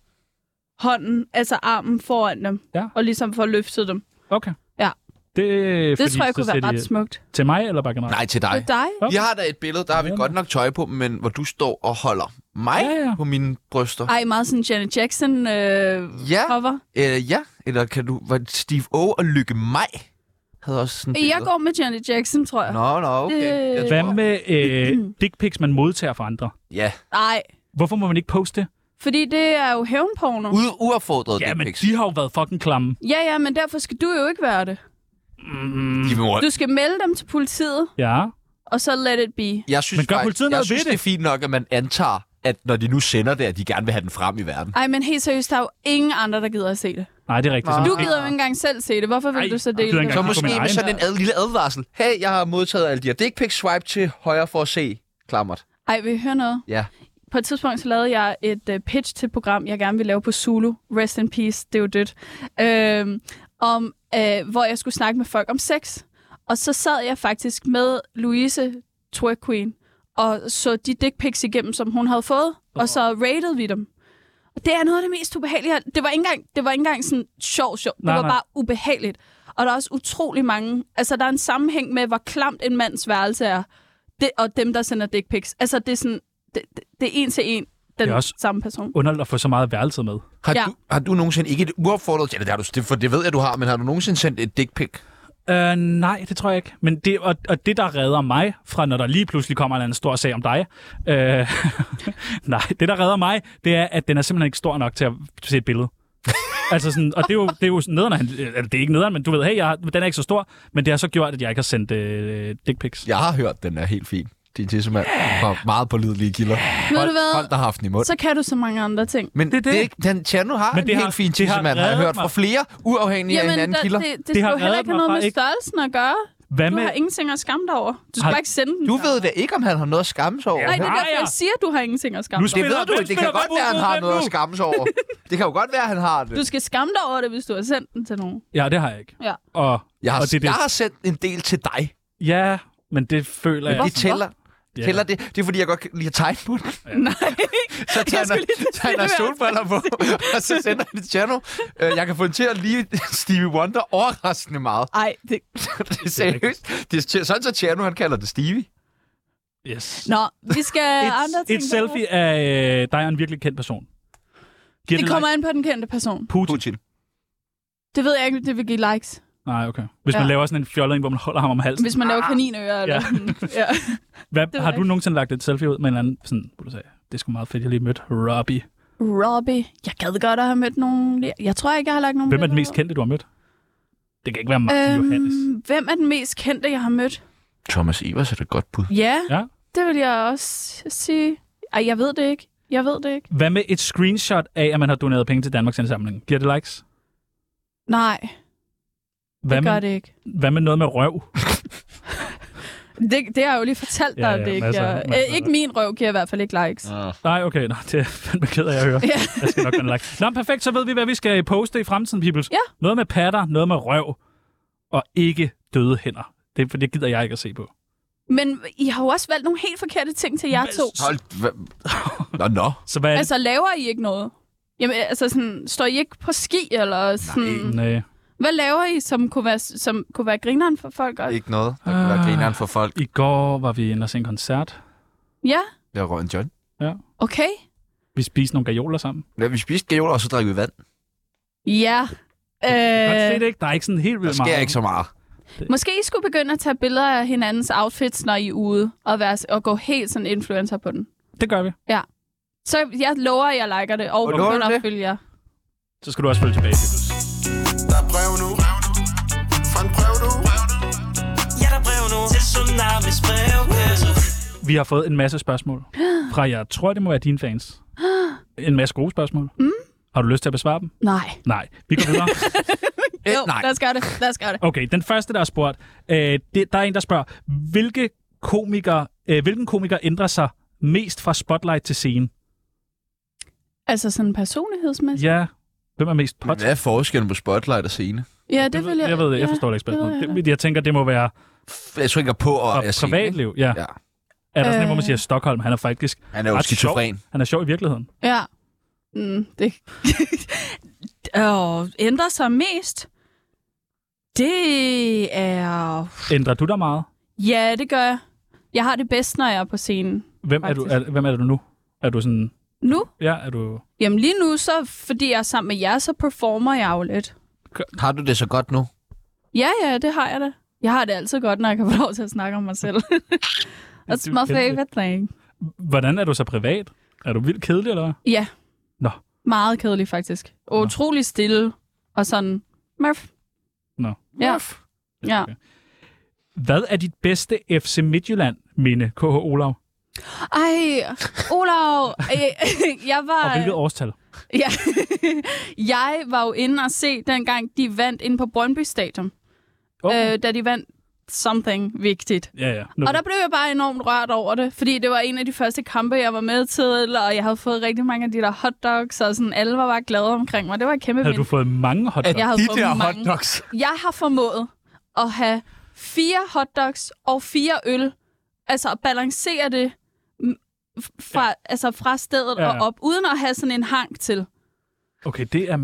Speaker 3: hånden, altså armen foran dem,
Speaker 2: Ja.
Speaker 3: og ligesom får løftet dem.
Speaker 2: Okay.
Speaker 3: Ja,
Speaker 2: Det,
Speaker 3: det tror jeg kunne være ret smukt.
Speaker 2: Til mig eller bare generelt?
Speaker 1: Nej, til dig.
Speaker 3: For dig?
Speaker 2: Okay.
Speaker 1: Jeg har da et billede, der har vi godt nok tøj på, men hvor du står og holder mig
Speaker 2: Ja, ja.
Speaker 1: på mine bryster.
Speaker 3: Ej, meget sådan Janet Jackson øh,
Speaker 1: Ja,
Speaker 3: cover.
Speaker 1: øh, ja. Eller kan du... Var det Steve O og Lykke Maj havde også sådan et
Speaker 3: Jeg
Speaker 1: billede.
Speaker 3: går med Janet Jackson, tror jeg.
Speaker 1: Nå, nå, okay.
Speaker 3: Det-
Speaker 1: Jeg
Speaker 2: Hvad
Speaker 1: tror-
Speaker 2: med øh, [CLEARS THROAT] dick pics, man modtager fra andre?
Speaker 1: Ja.
Speaker 3: Nej,
Speaker 2: Hvorfor må man ikke poste det?
Speaker 3: fordi det er jo hævnporno.
Speaker 1: Ude uaffordret
Speaker 2: Ja,
Speaker 1: ja,
Speaker 2: men
Speaker 1: dickpics.
Speaker 2: de har jo været fucking klamme.
Speaker 3: Ja, ja, men derfor skal du jo ikke være det.
Speaker 1: De må-
Speaker 3: Du skal melde dem til politiet,
Speaker 2: Ja.
Speaker 3: og så let it be.
Speaker 1: Jeg synes,
Speaker 2: Men gør
Speaker 1: faktisk-
Speaker 2: politiet
Speaker 1: jeg
Speaker 2: noget
Speaker 1: synes,
Speaker 2: ved
Speaker 1: det er fint nok, at man antager, at når de nu sender det, at de gerne vil have den frem i verden.
Speaker 3: Ej, men helt seriøst, der er jo ingen andre, der gider at se det.
Speaker 2: Nej, det er rigtigt. Så
Speaker 3: Du
Speaker 2: man-
Speaker 3: gider jo ikke engang selv se det. Hvorfor vil
Speaker 2: Ej,
Speaker 3: du så
Speaker 2: jeg gider ikke
Speaker 3: dele det?
Speaker 1: Ah. Så
Speaker 2: engang kigge på
Speaker 1: måske
Speaker 2: min
Speaker 1: med
Speaker 2: egen.
Speaker 1: sådan en ad, lille advarsel. Hey, jeg har modtaget alle de her dick pics. Swipe til højre for at se. Klammert.
Speaker 3: Ej, vil I høre noget?
Speaker 1: Ja.
Speaker 3: På et tidspunkt så lavede jeg et uh, pitch til et program, jeg gerne ville lave på Zulu. Rest in peace, det er jo dødt. Øhm, om, øh, hvor jeg skulle snakke med folk om sex. Og så sad jeg faktisk med Louise, drag queen, og så de dick pics igennem, som hun havde fået. Og så rated vi dem. Og det er noget af det mest ubehagelige. her. Det var ikke engang, det var ikke engang sådan sjov, sjov. Det
Speaker 2: Nej,
Speaker 3: var
Speaker 2: nej.
Speaker 3: bare ubehageligt. Og der er også utrolig mange... Altså, der er en sammenhæng med, hvor klamt en mands værelse er. Det, og dem, der sender dick pics. Altså, det er sådan... Det, det, det er en til en, den
Speaker 2: er også-
Speaker 3: også... samme person.
Speaker 2: underligt at få så meget værelse med.
Speaker 1: Har,
Speaker 3: Ja.
Speaker 1: du, har du nogensinde ikke et uaffordret... Eller det har du, det- for det ved jeg, du har, men har du nogensinde sendt et dick pic?
Speaker 2: Øh, nej, det tror jeg ikke. Men det, og, og det, der redder mig fra, når der lige pludselig kommer en eller anden stor sag om dig, øh, [LAUGHS] nej, det, der redder mig, det er, at den er simpelthen ikke stor nok til at se et
Speaker 3: [LAUGHS]
Speaker 2: billede. altså sådan, og det er jo, det er jo sådan nederen, at han- eller det er ikke nederen, men du ved, hey, jeg, har- den er ikke så stor, men det har så gjort, at jeg ikke har sendt øh, dick pics.
Speaker 1: Jeg har hørt, den er helt fin. Din tissemand var meget pålidelige kilder.
Speaker 3: Ved du
Speaker 1: Folk,
Speaker 3: hvad?
Speaker 1: folk, der har haft den i mund.
Speaker 3: Så kan du så mange andre ting.
Speaker 1: Men det er
Speaker 2: det.
Speaker 1: det. Det, den Tjerno har
Speaker 2: Men
Speaker 1: Men
Speaker 2: det
Speaker 1: en
Speaker 2: har-
Speaker 1: helt fin
Speaker 2: det har
Speaker 1: tissemand, har jeg
Speaker 2: reddet
Speaker 1: hørt
Speaker 2: mig.
Speaker 1: fra flere, uafhængige af hinanden
Speaker 3: der,
Speaker 1: kilder.
Speaker 3: det, det,
Speaker 2: Det
Speaker 3: det
Speaker 2: har
Speaker 3: skal jo heller
Speaker 2: reddet
Speaker 3: ikke
Speaker 2: mig
Speaker 3: have noget
Speaker 2: fra
Speaker 3: med
Speaker 2: ikke-
Speaker 3: størrelsen at gøre.
Speaker 2: Hvad
Speaker 3: Du
Speaker 2: med...
Speaker 3: har ingenting at skamme dig over. Du skal
Speaker 2: Har-
Speaker 3: bare ikke sende den.
Speaker 1: Du ved da ikke, om han har noget at skamme sig over.
Speaker 3: Nej, det er
Speaker 2: Nej,
Speaker 3: derfor,
Speaker 2: ja.
Speaker 3: jeg siger, at du har ingenting at
Speaker 2: Nu
Speaker 3: skamme dig
Speaker 1: det
Speaker 2: spiller-
Speaker 1: ved du
Speaker 2: hvem
Speaker 1: ikke. Det
Speaker 2: spiller
Speaker 1: kan godt
Speaker 2: godt
Speaker 1: være, han
Speaker 2: mod
Speaker 1: har
Speaker 2: hvem
Speaker 1: noget at
Speaker 2: nu?
Speaker 1: skamme sig
Speaker 2: [LAUGHS]
Speaker 1: over. Det kan jo godt være, han har
Speaker 3: over. Du
Speaker 1: det.
Speaker 3: skal skamme dig over det, hvis du har sendt den til nogen.
Speaker 2: Ja, det har jeg ikke.
Speaker 3: Ja.
Speaker 2: Og,
Speaker 1: Jeg har,
Speaker 2: og det, er det,
Speaker 1: jeg har sendt en del til dig.
Speaker 2: Ja, men det føler jeg...
Speaker 1: Det tæller.
Speaker 2: Ja.
Speaker 1: Tæller det. Det er, fordi jeg godt kan lide at tegne på den.
Speaker 3: Nej.
Speaker 1: Så tager jeg,
Speaker 3: skulle lige til at sige,
Speaker 1: tager jeg
Speaker 3: det var-
Speaker 1: solbriller på, og så sender jeg det til Tjerno. Øh, Jeg kan få den til at lide Stevie Wonder overraskende meget.
Speaker 3: Ej, det...
Speaker 1: [LAUGHS] Det er seriøst. Det er sådan, så Tjerno han kalder det Stevie.
Speaker 2: Yes.
Speaker 3: Nå, vi skal andre
Speaker 2: Et,
Speaker 3: ting.
Speaker 2: et
Speaker 3: på.
Speaker 2: selfie af øh, dig og en virkelig kendt person. Giver
Speaker 3: Det
Speaker 2: like?
Speaker 3: kommer an på den kendte person.
Speaker 2: Putin.
Speaker 1: Putin.
Speaker 3: Det ved jeg ikke, om det vil give likes.
Speaker 2: Nej, okay. Hvis ja. man
Speaker 3: Ja.
Speaker 2: laver sådan en fjollering, hvor man holder ham om halsen.
Speaker 3: Hvis man laver kaninører eller
Speaker 2: Ah. Ja.
Speaker 3: sådan. Ja.
Speaker 2: [LAUGHS] Hvad,
Speaker 3: det
Speaker 2: har
Speaker 3: var
Speaker 2: du
Speaker 3: ikke-
Speaker 2: nogensinde lagt et selfie ud med en eller anden, sådan, hvor du sagde, det er sgu meget fedt, jeg lige mødte Robbie.
Speaker 3: Robbie. Jeg gad godt at have mødt nogen. Jeg- Jeg tror ikke, jeg har lagt nogen
Speaker 2: Hvem er den
Speaker 3: billeder
Speaker 2: mest
Speaker 3: ud.
Speaker 2: kendte, du har mødt? Det kan ikke være Martin øhm... Johannes.
Speaker 3: hvem er den mest kendte, jeg har mødt?
Speaker 1: Thomas Evers er det et godt bud.
Speaker 3: Ja,
Speaker 2: Ja.
Speaker 3: ja, det vil jeg også sige. Ej, jeg ved det ikke. Jeg ved det ikke.
Speaker 2: Hvad med et screenshot af, at man har doneret penge til Danmarks Indsamling? Giver det likes?
Speaker 3: Nej,
Speaker 2: Hvad
Speaker 3: det gør
Speaker 2: med,
Speaker 3: det ikke.
Speaker 2: Hvad med noget med røv?
Speaker 3: Det, det har jeg jo lige fortalt dig,
Speaker 2: Ja,
Speaker 3: at
Speaker 2: ja,
Speaker 3: det ikke
Speaker 2: masser,
Speaker 3: jeg,
Speaker 2: masser.
Speaker 3: øh, Ikke min røv giver i hvert fald ikke likes.
Speaker 2: Nej, okay, nå, det er jeg fandme ked af at høre.
Speaker 3: Ja.
Speaker 2: Jeg skal nok gøre en like. Nå, men perfekt, så ved vi, hvad vi skal poste i fremtiden, peoples.
Speaker 3: Ja.
Speaker 2: Noget med patter, noget med røv, og ikke døde hænder. Det, for det gider jeg ikke at se på.
Speaker 3: Men I har jo også valgt nogle helt forkerte ting til jer
Speaker 2: Hvad-
Speaker 3: to.
Speaker 1: Hold... Hva? Nå, nå.
Speaker 2: Så hvad er det?
Speaker 3: Altså, laver I ikke noget? Jamen, altså, sådan, står I ikke på ski, eller sådan... Nej.
Speaker 2: Nej.
Speaker 3: Hvad laver I, som kunne være, som kunne være grineren for folk? også?
Speaker 1: Ikke noget. Der kunne være
Speaker 2: Ah.
Speaker 1: grineren for folk.
Speaker 2: I går var vi inde og se en koncert.
Speaker 3: Ja,
Speaker 1: Jeg røg en John.
Speaker 3: okay.
Speaker 2: Vi spiste nogle gajoler sammen.
Speaker 1: Ja, vi spiste gajoler, og så drikker vi vand.
Speaker 3: Ja.
Speaker 2: Godt set,
Speaker 3: Øh,
Speaker 2: ikke? Der er ikke sådan helt
Speaker 1: Der
Speaker 2: vildt
Speaker 1: sker
Speaker 2: meget.
Speaker 1: ikke så meget.
Speaker 3: måske I skulle begynde at tage billeder af hinandens outfits, når I er ude, og, være, og gå helt sådan influencer på den.
Speaker 2: Det gør vi.
Speaker 3: Så jeg lover, at jeg liker det, og,
Speaker 1: Og lover du
Speaker 3: begynder
Speaker 1: det?
Speaker 3: at følge jer.
Speaker 2: Så skal du også følge tilbage.
Speaker 8: Der er brev nu. Fra en brev nu.
Speaker 9: Ja, der er brev nu til Tsunamis brevkasse.
Speaker 2: Vi har fået en masse
Speaker 3: [GASPS]
Speaker 2: spørgsmål fra, jeg tror, det må være dine fans. En masse gode spørgsmål. Mm. Har du lyst til at besvare dem?
Speaker 3: Nej.
Speaker 2: Nej. Vi går
Speaker 3: [LAUGHS]
Speaker 2: videre.
Speaker 1: Eh,
Speaker 3: Jo,
Speaker 1: nej.
Speaker 3: lad os gøre det. Lad os gøre det.
Speaker 2: Okay, den første, der er spurgt. Øh, det, der er en, der spørger, hvilke komiker, øh, hvilken komiker ændrer sig mest fra spotlight til scene?
Speaker 3: Altså sådan personlighedsmæssigt.
Speaker 2: Ja, hvem er mest pot?
Speaker 1: Men hvad er forskellen på spotlight og scene?
Speaker 3: Ja, det vil jeg...
Speaker 2: jeg ved det, jeg
Speaker 3: ja,
Speaker 2: forstår det ikke spørgsmålet.
Speaker 3: ved jeg
Speaker 2: Det, jeg tænker, det må være
Speaker 1: F- Jeg tænker på, og
Speaker 2: fra
Speaker 1: jeg scene, ikke?
Speaker 2: privatliv. Ja.
Speaker 1: Ja.
Speaker 2: Er der sådan en, hvor man
Speaker 3: Øh.
Speaker 2: siger, Stockholm, han er faktisk
Speaker 1: Han er jo
Speaker 2: Ret
Speaker 1: skizofren.
Speaker 2: han er sjov i virkeligheden?
Speaker 3: Ja. Mm, det... [LAUGHS] og ændrer sig mest? Det er...
Speaker 2: Ændrer du dig meget?
Speaker 3: Ja, det gør jeg. Jeg har det bedst, når jeg er på scenen.
Speaker 2: Hvem er, du, er, hvem er du nu? Er du sådan...
Speaker 3: Nu?
Speaker 2: Ja, er du...
Speaker 3: Jamen lige nu, så fordi jeg er sammen med jer, så performer jeg jo lidt.
Speaker 1: Har du det så godt nu?
Speaker 3: Ja, ja, det har jeg da. Jeg har det altid godt, når jeg kan få [LAUGHS] lov til at snakke om mig
Speaker 2: [LAUGHS]
Speaker 3: selv. That's
Speaker 2: Du
Speaker 3: my
Speaker 2: kendte det.
Speaker 3: favorite thing.
Speaker 2: Hvordan er du så privat? Er du vildt kedelig, eller hvad?
Speaker 3: Ja.
Speaker 2: Nå.
Speaker 3: Meget kedelig, faktisk. Og utrolig stille. Og sådan... Murf.
Speaker 2: Nå.
Speaker 3: Ja. Ja.
Speaker 2: Okay. Hvad er dit bedste FC Midtjylland-minde, KH Olav?
Speaker 3: Ej, Olav, øh, [LAUGHS] jeg
Speaker 2: Og
Speaker 3: var...
Speaker 2: hvilket årstal?
Speaker 3: Ja. [LAUGHS] jeg var jo inde og se, dengang de vandt inde på Brøndby Stadion.
Speaker 2: Okay.
Speaker 3: Okay. Øh, da de vandt something vigtigt.
Speaker 2: Ja, ja.
Speaker 3: Okay. Og der blev jeg bare enormt rørt over det, fordi det var en af de første kampe, jeg var med til, og jeg havde fået rigtig mange af de der hotdogs, og sådan, alle var bare glade omkring mig. Det var et kæmpe
Speaker 2: Havde du
Speaker 3: vind.
Speaker 2: fået mange hotdogs?
Speaker 3: Jeg havde
Speaker 1: De
Speaker 3: fået
Speaker 1: der
Speaker 3: mange.
Speaker 1: hotdogs.
Speaker 3: Jeg har formået at have fire hotdogs og fire øl, altså at balancere det m- f- fra, ja. altså fra stedet
Speaker 2: Ja,
Speaker 3: ja,
Speaker 2: ja.
Speaker 3: og op, uden at have sådan en hang til.
Speaker 2: Okay, det er...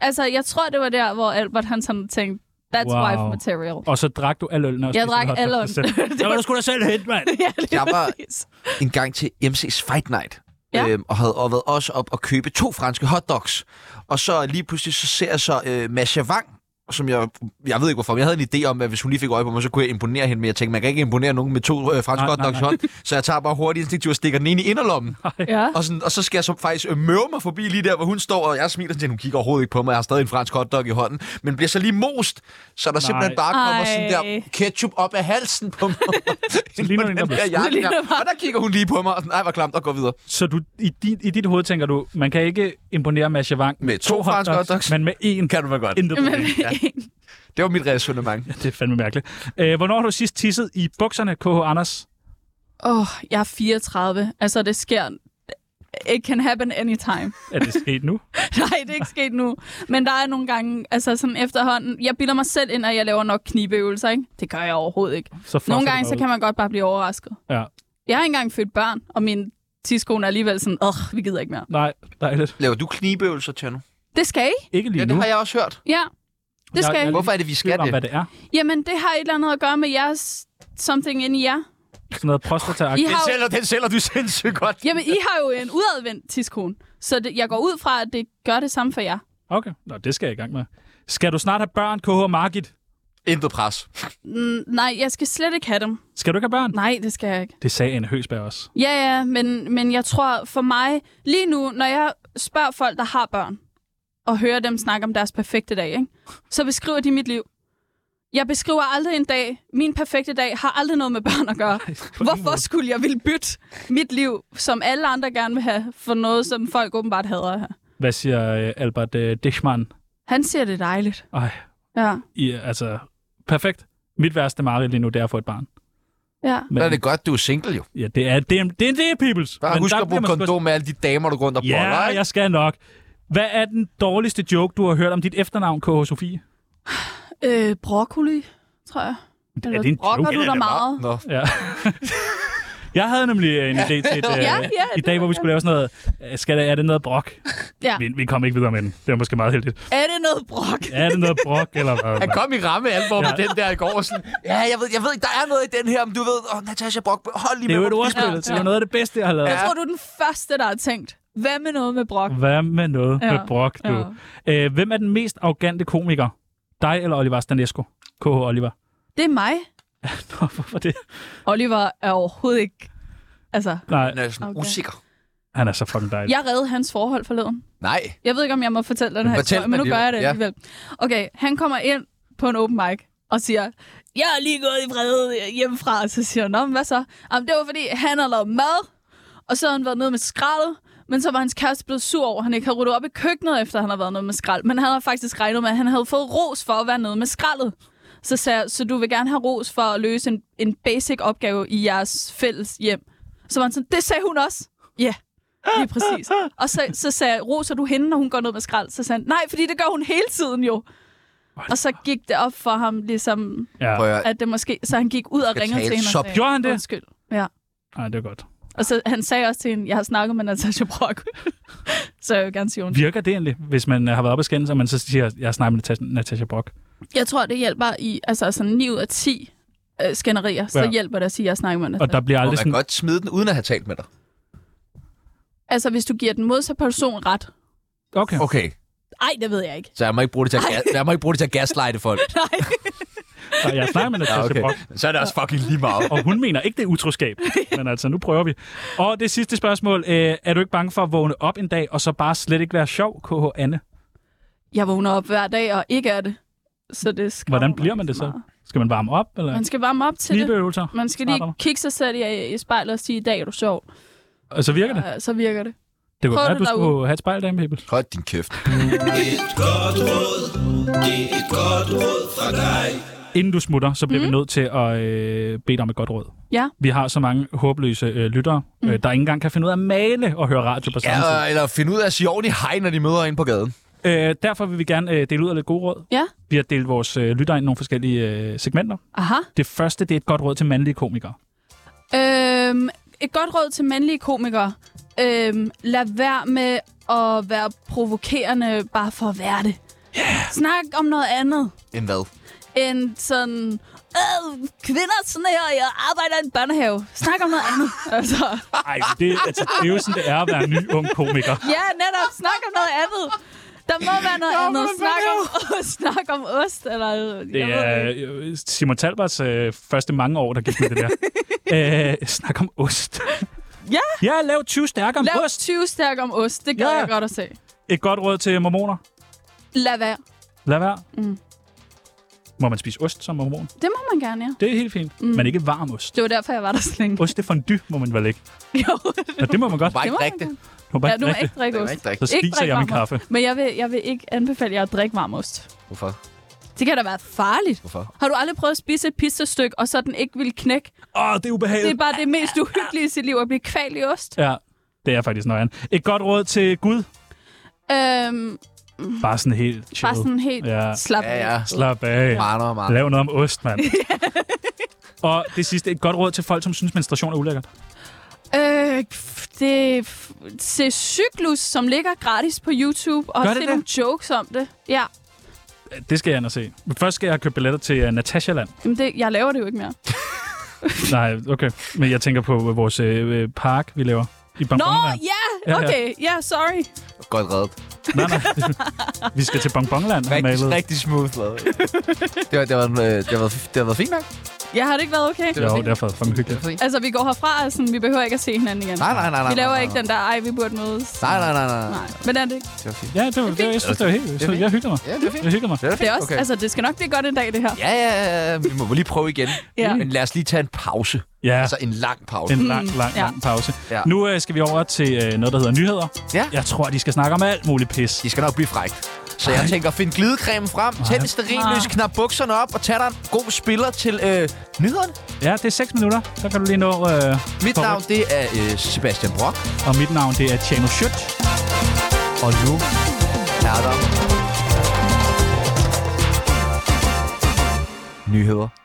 Speaker 3: Altså, jeg tror, det var der, hvor Albert han sådan tænkte, that's
Speaker 2: Wow.
Speaker 3: wow. wife material. [LAUGHS]
Speaker 2: Og så drak du al ølene og
Speaker 3: Jeg
Speaker 2: spiste
Speaker 3: drak
Speaker 2: en hotdog
Speaker 3: al
Speaker 2: til
Speaker 3: øl.
Speaker 2: selv.
Speaker 3: [LAUGHS] Det
Speaker 2: Jeg var
Speaker 3: var-
Speaker 2: da sgu da selv hente, mand!
Speaker 3: ja, lige
Speaker 1: Jeg var-
Speaker 3: præcis.
Speaker 1: en gang til MC's Fight Night.
Speaker 3: Ja.
Speaker 1: Ja. Øhm, og havde og været også op og købe to franske hotdogs. Og så lige pludselig så ser jeg så øh, Masha Wang, som jeg, jeg ved ikke hvorfor, men jeg havde en idé om, at hvis hun lige fik øje på mig, så kunne jeg imponere hende. Men jeg tænkte, man kan ikke imponere nogen med to øh, franske
Speaker 2: Nej, nej,
Speaker 1: hotdogs i hånd. Så jeg tager bare hurtigt instinktivt og stikker den ind i inderlommen.
Speaker 3: Ja.
Speaker 1: Og, sådan, og så skal jeg så faktisk øh, møve mig forbi lige der, hvor hun står, og jeg smiler til hende. Hun kigger overhovedet ikke på mig. Jeg har stadig en fransk hotdog i hånden. Men bliver så lige most, så der Nej. simpelthen bare kommer sådan der
Speaker 3: Ej.
Speaker 1: ketchup op af halsen
Speaker 2: [LAUGHS]
Speaker 1: på mig. så
Speaker 2: ligner hun en, der bliver
Speaker 1: jakke
Speaker 3: skudt.
Speaker 1: her. Og der kigger hun lige på mig, og sådan, nej, hvor klamt, og går videre.
Speaker 2: [LAUGHS] Så du, i, dit, i dit hoved tænker du, man kan ikke imponere Masha Wang
Speaker 1: Med to franske hotdogs.
Speaker 2: men med én
Speaker 1: Kan du være godt.
Speaker 2: intet problem.
Speaker 1: Ja.
Speaker 3: [LAUGHS]
Speaker 1: Det var mit resonemang.
Speaker 2: Det er fandme mærkeligt. Øh, hvornår har du sidst tisset i bukserne, KH Anders?
Speaker 3: Åh, oh, jeg er 34. Altså, det sker... It can happen
Speaker 2: [LAUGHS]
Speaker 3: anytime.
Speaker 2: Er det sket nu?
Speaker 3: Nej, det er ikke sket nu. Men der er nogle gange, altså sådan efterhånden... Jeg bilder mig selv ind, at jeg laver nok knibeøvelser, ikke? Det gør jeg overhovedet ikke.
Speaker 2: Så fosser
Speaker 3: Nogle
Speaker 2: det
Speaker 3: gange,
Speaker 2: bare
Speaker 3: så
Speaker 2: ud.
Speaker 3: kan man godt bare blive overrasket.
Speaker 2: Ja.
Speaker 3: Jeg har ikke engang født børn, og min tidskone er alligevel sådan, åh, vi gider ikke mere.
Speaker 2: Nej, dejligt.
Speaker 1: Laver du knibeøvelser, Tjerno?
Speaker 3: Det skal I?
Speaker 2: Ikke lige
Speaker 1: Ja, det
Speaker 2: nu.
Speaker 1: har jeg også hørt.
Speaker 3: Ja, det skal I.
Speaker 2: jeg,
Speaker 1: Hvorfor er det, vi skal
Speaker 2: jeg, jeg, hvad
Speaker 1: det?
Speaker 2: det er.
Speaker 3: Jamen, det har et eller andet at gøre med jeres something inde i jer.
Speaker 2: Sådan noget prostata
Speaker 3: I har jo,
Speaker 1: den sælger du sindssygt godt.
Speaker 3: jamen, I har jo en udadvendt tidskone, så det, jeg går ud fra, at det gør det samme for jer.
Speaker 2: Okay, Nå, det skal jeg i gang med. Skal du snart have børn, KH Margit?
Speaker 1: Intet pres.
Speaker 3: Mm, nej, jeg skal slet ikke have dem.
Speaker 2: Skal du ikke have børn?
Speaker 3: Nej, det skal jeg ikke.
Speaker 2: Det sagde Anne Høsberg også.
Speaker 3: Ja, ja, men, men jeg tror for mig, lige nu, når jeg spørger folk, der har børn, og hører dem snakke om deres perfekte dag, ikke? så beskriver de mit liv. Jeg beskriver aldrig en dag, min perfekte dag har aldrig noget med børn at gøre. Hvorfor skulle jeg ville bytte mit liv, som alle andre gerne vil have, for noget, som folk åbenbart hader her?
Speaker 2: Hvad siger øh, Albert øh, Dichmann?
Speaker 3: Han siger det er dejligt.
Speaker 2: Ej,
Speaker 3: Ja,
Speaker 2: I, er- altså, perfekt. Mit værste mareridt lige nu, det er at få et barn.
Speaker 3: ja.
Speaker 1: Men er det godt, du er single jo.
Speaker 2: Ja, det er det, er- det, er- det er peoples.
Speaker 1: Bare
Speaker 2: Men
Speaker 1: husk
Speaker 2: der
Speaker 1: at
Speaker 2: bliver
Speaker 1: bruge
Speaker 2: man sgu-
Speaker 1: kondom med alle de damer, du går rundt og boller,
Speaker 2: Ja,
Speaker 1: ikke?
Speaker 2: jeg skal nok. Hvad er den dårligste joke, du har hørt om dit efternavn, KH Sofie?
Speaker 3: Øh, broccoli, tror jeg. Eller
Speaker 2: det en
Speaker 3: brokker
Speaker 2: joke?
Speaker 3: du dig meget?
Speaker 1: Nå,
Speaker 2: Ja. Jeg havde nemlig øh, en idé
Speaker 1: [LAUGHS]
Speaker 2: til et, øh,
Speaker 3: Ja, ja,
Speaker 2: i
Speaker 3: det
Speaker 2: dag,
Speaker 3: var
Speaker 2: hvor vi
Speaker 3: godt.
Speaker 2: skulle lave sådan noget, øh, skal der, er det noget brok?
Speaker 3: Ja.
Speaker 2: [LAUGHS] Vi, vi kom ikke videre med den. Det var måske meget heldigt.
Speaker 3: Er det noget brok?
Speaker 2: Er det noget brok, eller hvad?
Speaker 1: Han kom i ramme alvor med den der i går. og Sådan, ja, jeg ved, jeg ved, ikke, der er noget i den her, men du ved, åh, Natasha Brock, hold lige
Speaker 2: Det er jo
Speaker 1: med
Speaker 2: et
Speaker 1: mig.
Speaker 2: ordspil.
Speaker 3: Ja,
Speaker 2: Det er
Speaker 3: ja.
Speaker 2: jo noget af det bedste, jeg har lavet.
Speaker 3: Jeg tror, du er den første, der har tænkt, Hvad med noget med brok?
Speaker 2: Hvad med noget
Speaker 3: Ja.
Speaker 2: ja. med brok, du? Ja. Øh, hvem er den mest arrogante komiker? Dig eller Oliver Stanesco? KH Oliver.
Speaker 3: Det er mig.
Speaker 2: Nå, [LAUGHS] hvorfor det?
Speaker 3: Oliver er overhovedet ikke... Altså,
Speaker 2: Nej,
Speaker 1: Han er sådan
Speaker 3: Okay.
Speaker 1: usikker.
Speaker 2: han er så fucking dejlig.
Speaker 3: jeg reddede hans forhold forleden.
Speaker 1: Nej.
Speaker 3: Jeg ved ikke, om jeg må fortælle den
Speaker 1: Men
Speaker 3: her
Speaker 1: fortæl
Speaker 3: historie,
Speaker 1: den
Speaker 3: men nu gør jeg det
Speaker 1: alligevel.
Speaker 3: alligevel. Okay, han kommer ind på en open mic og siger, jeg er lige gået i vrede hjemmefra, og så siger han, "Nå, men hvad så? Jamen, det var, fordi han havde lavet mad, og så havde han været nede med skraldet, men så var hans kæreste blevet sur over, at han ikke havde ryddet op i køkkenet, efter han havde været nede med skrald. Men han havde faktisk regnet med, at han havde fået ros for at være nede med skraldet. Så sagde jeg, så du vil gerne have ros for at løse en, en basic opgave i jeres fælles hjem. Så var han sådan, det sagde hun også. Ja, yeah, lige præcis. Og så, så sagde jeg, roser du hende, når hun går ned med skrald? Så sagde han, nej, fordi det gør hun hele tiden jo. Og så gik det op for ham, ligesom,
Speaker 2: Ja.
Speaker 1: Prøv at høre.
Speaker 3: at det måske... Så han gik ud og
Speaker 1: Skal
Speaker 3: ringede
Speaker 1: tale
Speaker 3: til hende
Speaker 1: shop.
Speaker 3: og sagde,
Speaker 2: Gjorde han det?
Speaker 3: undskyld. Ja.
Speaker 2: Nej, det er godt.
Speaker 3: Og så han sagde også til hende, jeg har snakket med Natasha Brock. [LAUGHS] så jeg vil gerne sige undskyld.
Speaker 2: Virker det egentlig, hvis man øh, har været oppe at skændes, og man så siger, jeg snakker med Natas- Natasha Brock?
Speaker 3: Jeg tror, det hjælper i altså sådan 9 ud af 10 øh, skænderier. Så
Speaker 2: Ja.
Speaker 3: hjælper det at sige, jeg snakker med Natasha.
Speaker 2: Og der bliver
Speaker 1: Må
Speaker 2: aldrig
Speaker 1: man
Speaker 2: sådan...
Speaker 1: godt smide den, uden at have talt med dig?
Speaker 3: Altså, hvis du giver den modsatte person ret.
Speaker 2: Okay.
Speaker 1: Okay,
Speaker 3: Ej, det ved jeg ikke. [LAUGHS]
Speaker 1: så jeg må ikke bruge det til at, ga- jeg må ikke bruge det til at gaslighte [LAUGHS] folk.
Speaker 3: Nej.
Speaker 2: Så jeg snakker med Natasha
Speaker 1: Ja,
Speaker 2: ja,
Speaker 1: okay.
Speaker 2: Brock,
Speaker 1: Så er det også fucking lige meget.
Speaker 2: og hun mener ikke, det er utroskab.
Speaker 3: [LAUGHS]
Speaker 2: Men altså, nu prøver vi. Og det sidste spørgsmål. Øh, er du ikke bange for at vågne op en dag, og så bare slet ikke være sjov, KH Anne?
Speaker 3: Jeg vågner op hver dag og ikke er det. Så det skræmmer
Speaker 2: Hvordan
Speaker 3: mig
Speaker 2: bliver
Speaker 3: ikke
Speaker 2: man det så?
Speaker 3: meget.
Speaker 2: Skal man varme op, eller
Speaker 3: Man skal varme op til det.
Speaker 2: knibeøvelser?
Speaker 3: Man skal lige
Speaker 2: Smartere.
Speaker 3: kigge sig selv i, i spejlet og sige, i dag er du sjov.
Speaker 2: Og så virker det.
Speaker 3: Ja, så virker det.
Speaker 2: Det kunne
Speaker 3: prøv
Speaker 2: være,
Speaker 3: det
Speaker 2: du
Speaker 3: derude.
Speaker 2: skulle have et spejl, Dame Pebbles.
Speaker 1: Hold din kæft.
Speaker 9: Et godt råd, det er et godt råd fra dig.
Speaker 2: Inden du smutter, så
Speaker 3: Mhm.
Speaker 2: bliver mm. vi nødt til at øh, bede dig om et godt råd.
Speaker 3: Ja.
Speaker 2: Vi har så mange håbløse øh, lyttere, mm.
Speaker 3: Mhm.
Speaker 2: øh, der ikke engang kan finde ud af at male og høre radio på
Speaker 1: Ja,
Speaker 2: samme ja. tid.
Speaker 1: og- eller finde ud af at sige ordentligt hej, når de møder ind på gaden.
Speaker 2: Øh, derfor vil vi gerne øh, dele ud af lidt gode råd.
Speaker 3: Ja.
Speaker 2: Vi har delt vores øh, lyttere ind i nogle forskellige øh, segmenter.
Speaker 3: Aha.
Speaker 2: Det første, det er et godt råd til mandlige komikere.
Speaker 3: Øhm, et godt råd til mandlige komikere. Øhm, lad være med at være provokerende, bare for at være det. Yeah. Snak om noget andet
Speaker 1: En hvad?
Speaker 3: end sådan... Øh, kvinder sådan her, og jeg arbejder i en børnehave. Snak om noget [LAUGHS] andet. altså,
Speaker 2: Ej, men det, altså, det er jo sådan, det er at være en ny ung komiker.
Speaker 3: ja, netop. Snak om noget andet. Der må være noget andet. Snak om, [LAUGHS] snak om ost, eller...
Speaker 2: Det
Speaker 3: jeg ved
Speaker 2: er øh, Simon Talberts øh, første mange år, der gik med det der. øh, snak om ost.
Speaker 3: Ja.
Speaker 2: Ja, lav 20 stærkere om
Speaker 3: Lav
Speaker 2: ost.
Speaker 3: 20 stærk om ost. Det gad
Speaker 2: Ja.
Speaker 3: jeg godt at se.
Speaker 2: Et godt råd til mormoner.
Speaker 3: Lad være.
Speaker 2: Lad være.
Speaker 3: Mm.
Speaker 2: Må man spise ost som mormon?
Speaker 3: Det må man gerne, ja.
Speaker 2: Det er helt fint. Mm. Men ikke varm ost.
Speaker 3: Det var derfor, jeg var der så længe.
Speaker 2: Ost det er fondue, må man vel ikke.
Speaker 3: Jo,
Speaker 2: Nå, det må man
Speaker 3: [LAUGHS]
Speaker 2: godt.
Speaker 1: Bare
Speaker 3: det må
Speaker 1: ikke rigtigt.
Speaker 3: man gerne.
Speaker 2: Du må bare
Speaker 3: Ja, du må
Speaker 2: drikke
Speaker 3: ikke drikke ost.
Speaker 1: Ikke rigtigt.
Speaker 2: det. Så
Speaker 3: Ikke
Speaker 2: spiser
Speaker 3: drikke
Speaker 2: jeg min
Speaker 3: varm
Speaker 2: kaffe.
Speaker 3: Men jeg vil, jeg vil ikke anbefale jer at drikke varm ost.
Speaker 1: Hvorfor?
Speaker 3: Det kan da være farligt.
Speaker 1: Hvorfor?
Speaker 3: Har du aldrig prøvet at spise et pizzastykke, og så den ikke vil knække?
Speaker 2: Åh, oh, det er
Speaker 3: Det
Speaker 2: ubehageligt.
Speaker 3: er bare det mest uhyggelige i sit liv, at blive kvalt i ost.
Speaker 2: Ja, det er faktisk noget andet. Et godt råd til Gud.
Speaker 3: Øhm,
Speaker 2: Bare sådan helt chill.
Speaker 3: bare sådan helt
Speaker 2: Ja.
Speaker 3: ja. slap
Speaker 1: Ja,
Speaker 3: af.
Speaker 1: ja.
Speaker 2: Slap af.
Speaker 1: Marner og Marner.
Speaker 2: Lav noget om
Speaker 1: [LAUGHS]
Speaker 2: ost, mand. Og det sidste, et godt råd til folk, som synes, menstruation er ulækkert.
Speaker 3: Øh, f- det, f- se Cyklus, som ligger gratis på YouTube, og
Speaker 2: Gør det
Speaker 3: se
Speaker 2: det?
Speaker 3: nogle jokes om det. Ja,
Speaker 2: Det skal jeg ind og se. Men først skal jeg købe billetter til uh, Natasha Land.
Speaker 3: Jamen det, jeg laver det jo ikke mere.
Speaker 2: Nej, okay. Men jeg tænker på øh, vores øh, park, vi laver. I
Speaker 3: Nå,
Speaker 2: Bonbonland.
Speaker 3: ja,
Speaker 2: Ja, ja.
Speaker 3: okay, ja, yeah, sorry.
Speaker 1: Godt reddet.
Speaker 2: Nej, nej. vi skal til Bonbonland. har
Speaker 1: Rigtig,
Speaker 2: malet.
Speaker 1: rigtig smooth lavet. [LAUGHS] det, var, det, var, øh, det, har været, det har været fint nok.
Speaker 3: Jeg har det ikke været okay.
Speaker 1: var
Speaker 2: Jo,
Speaker 1: fint.
Speaker 2: det er for fucking
Speaker 1: Det
Speaker 2: hyggeligt.
Speaker 1: var fint.
Speaker 3: Altså, vi går herfra, og sådan, vi behøver ikke at se hinanden igen.
Speaker 1: Nej, nej, nej, nej.
Speaker 3: vi laver
Speaker 1: nej,
Speaker 3: ikke
Speaker 1: nej.
Speaker 3: den der, ej, vi burde mødes.
Speaker 1: Nej, nej, nej, nej. nej.
Speaker 3: Nej, men er det ikke?
Speaker 1: Det var fint.
Speaker 2: Ja, det var, det, var- jeg synes, det var helt...
Speaker 1: Det er
Speaker 2: Så
Speaker 1: fint.
Speaker 2: jeg hygger mig.
Speaker 1: Ja, det var fint.
Speaker 2: Jeg hygger mig.
Speaker 1: Det var
Speaker 3: Det
Speaker 1: fint.
Speaker 3: er også,
Speaker 1: Okay.
Speaker 3: altså, det skal nok blive godt en dag, det her.
Speaker 1: Ja, ja, ja, vi må lige prøve igen.
Speaker 3: [LAUGHS] Ja.
Speaker 1: Men lad os lige tage en pause.
Speaker 2: Ja,
Speaker 1: Altså en lang pause.
Speaker 2: en lang,
Speaker 3: Mm,
Speaker 2: lang,
Speaker 3: ja.
Speaker 2: lang pause.
Speaker 1: Ja.
Speaker 2: Nu øh, skal vi over til øh, noget, der hedder nyheder.
Speaker 1: Ja.
Speaker 2: Jeg tror, de skal snakke om alt muligt pis.
Speaker 1: De skal nok blive frækt. Så jeg tænker, find glidecremen frem, tænd sterinlys, knap bukserne op og tag dig en god spiller til øh, nyhederne.
Speaker 2: Ja, det er 6 minutter. Så kan du lige nå... Øh,
Speaker 1: Mit
Speaker 2: forrykket.
Speaker 1: navn, det er øh, Sebastian Brock.
Speaker 2: Og mit navn, det er Tjano Schødt.
Speaker 1: Og nu er der nyheder.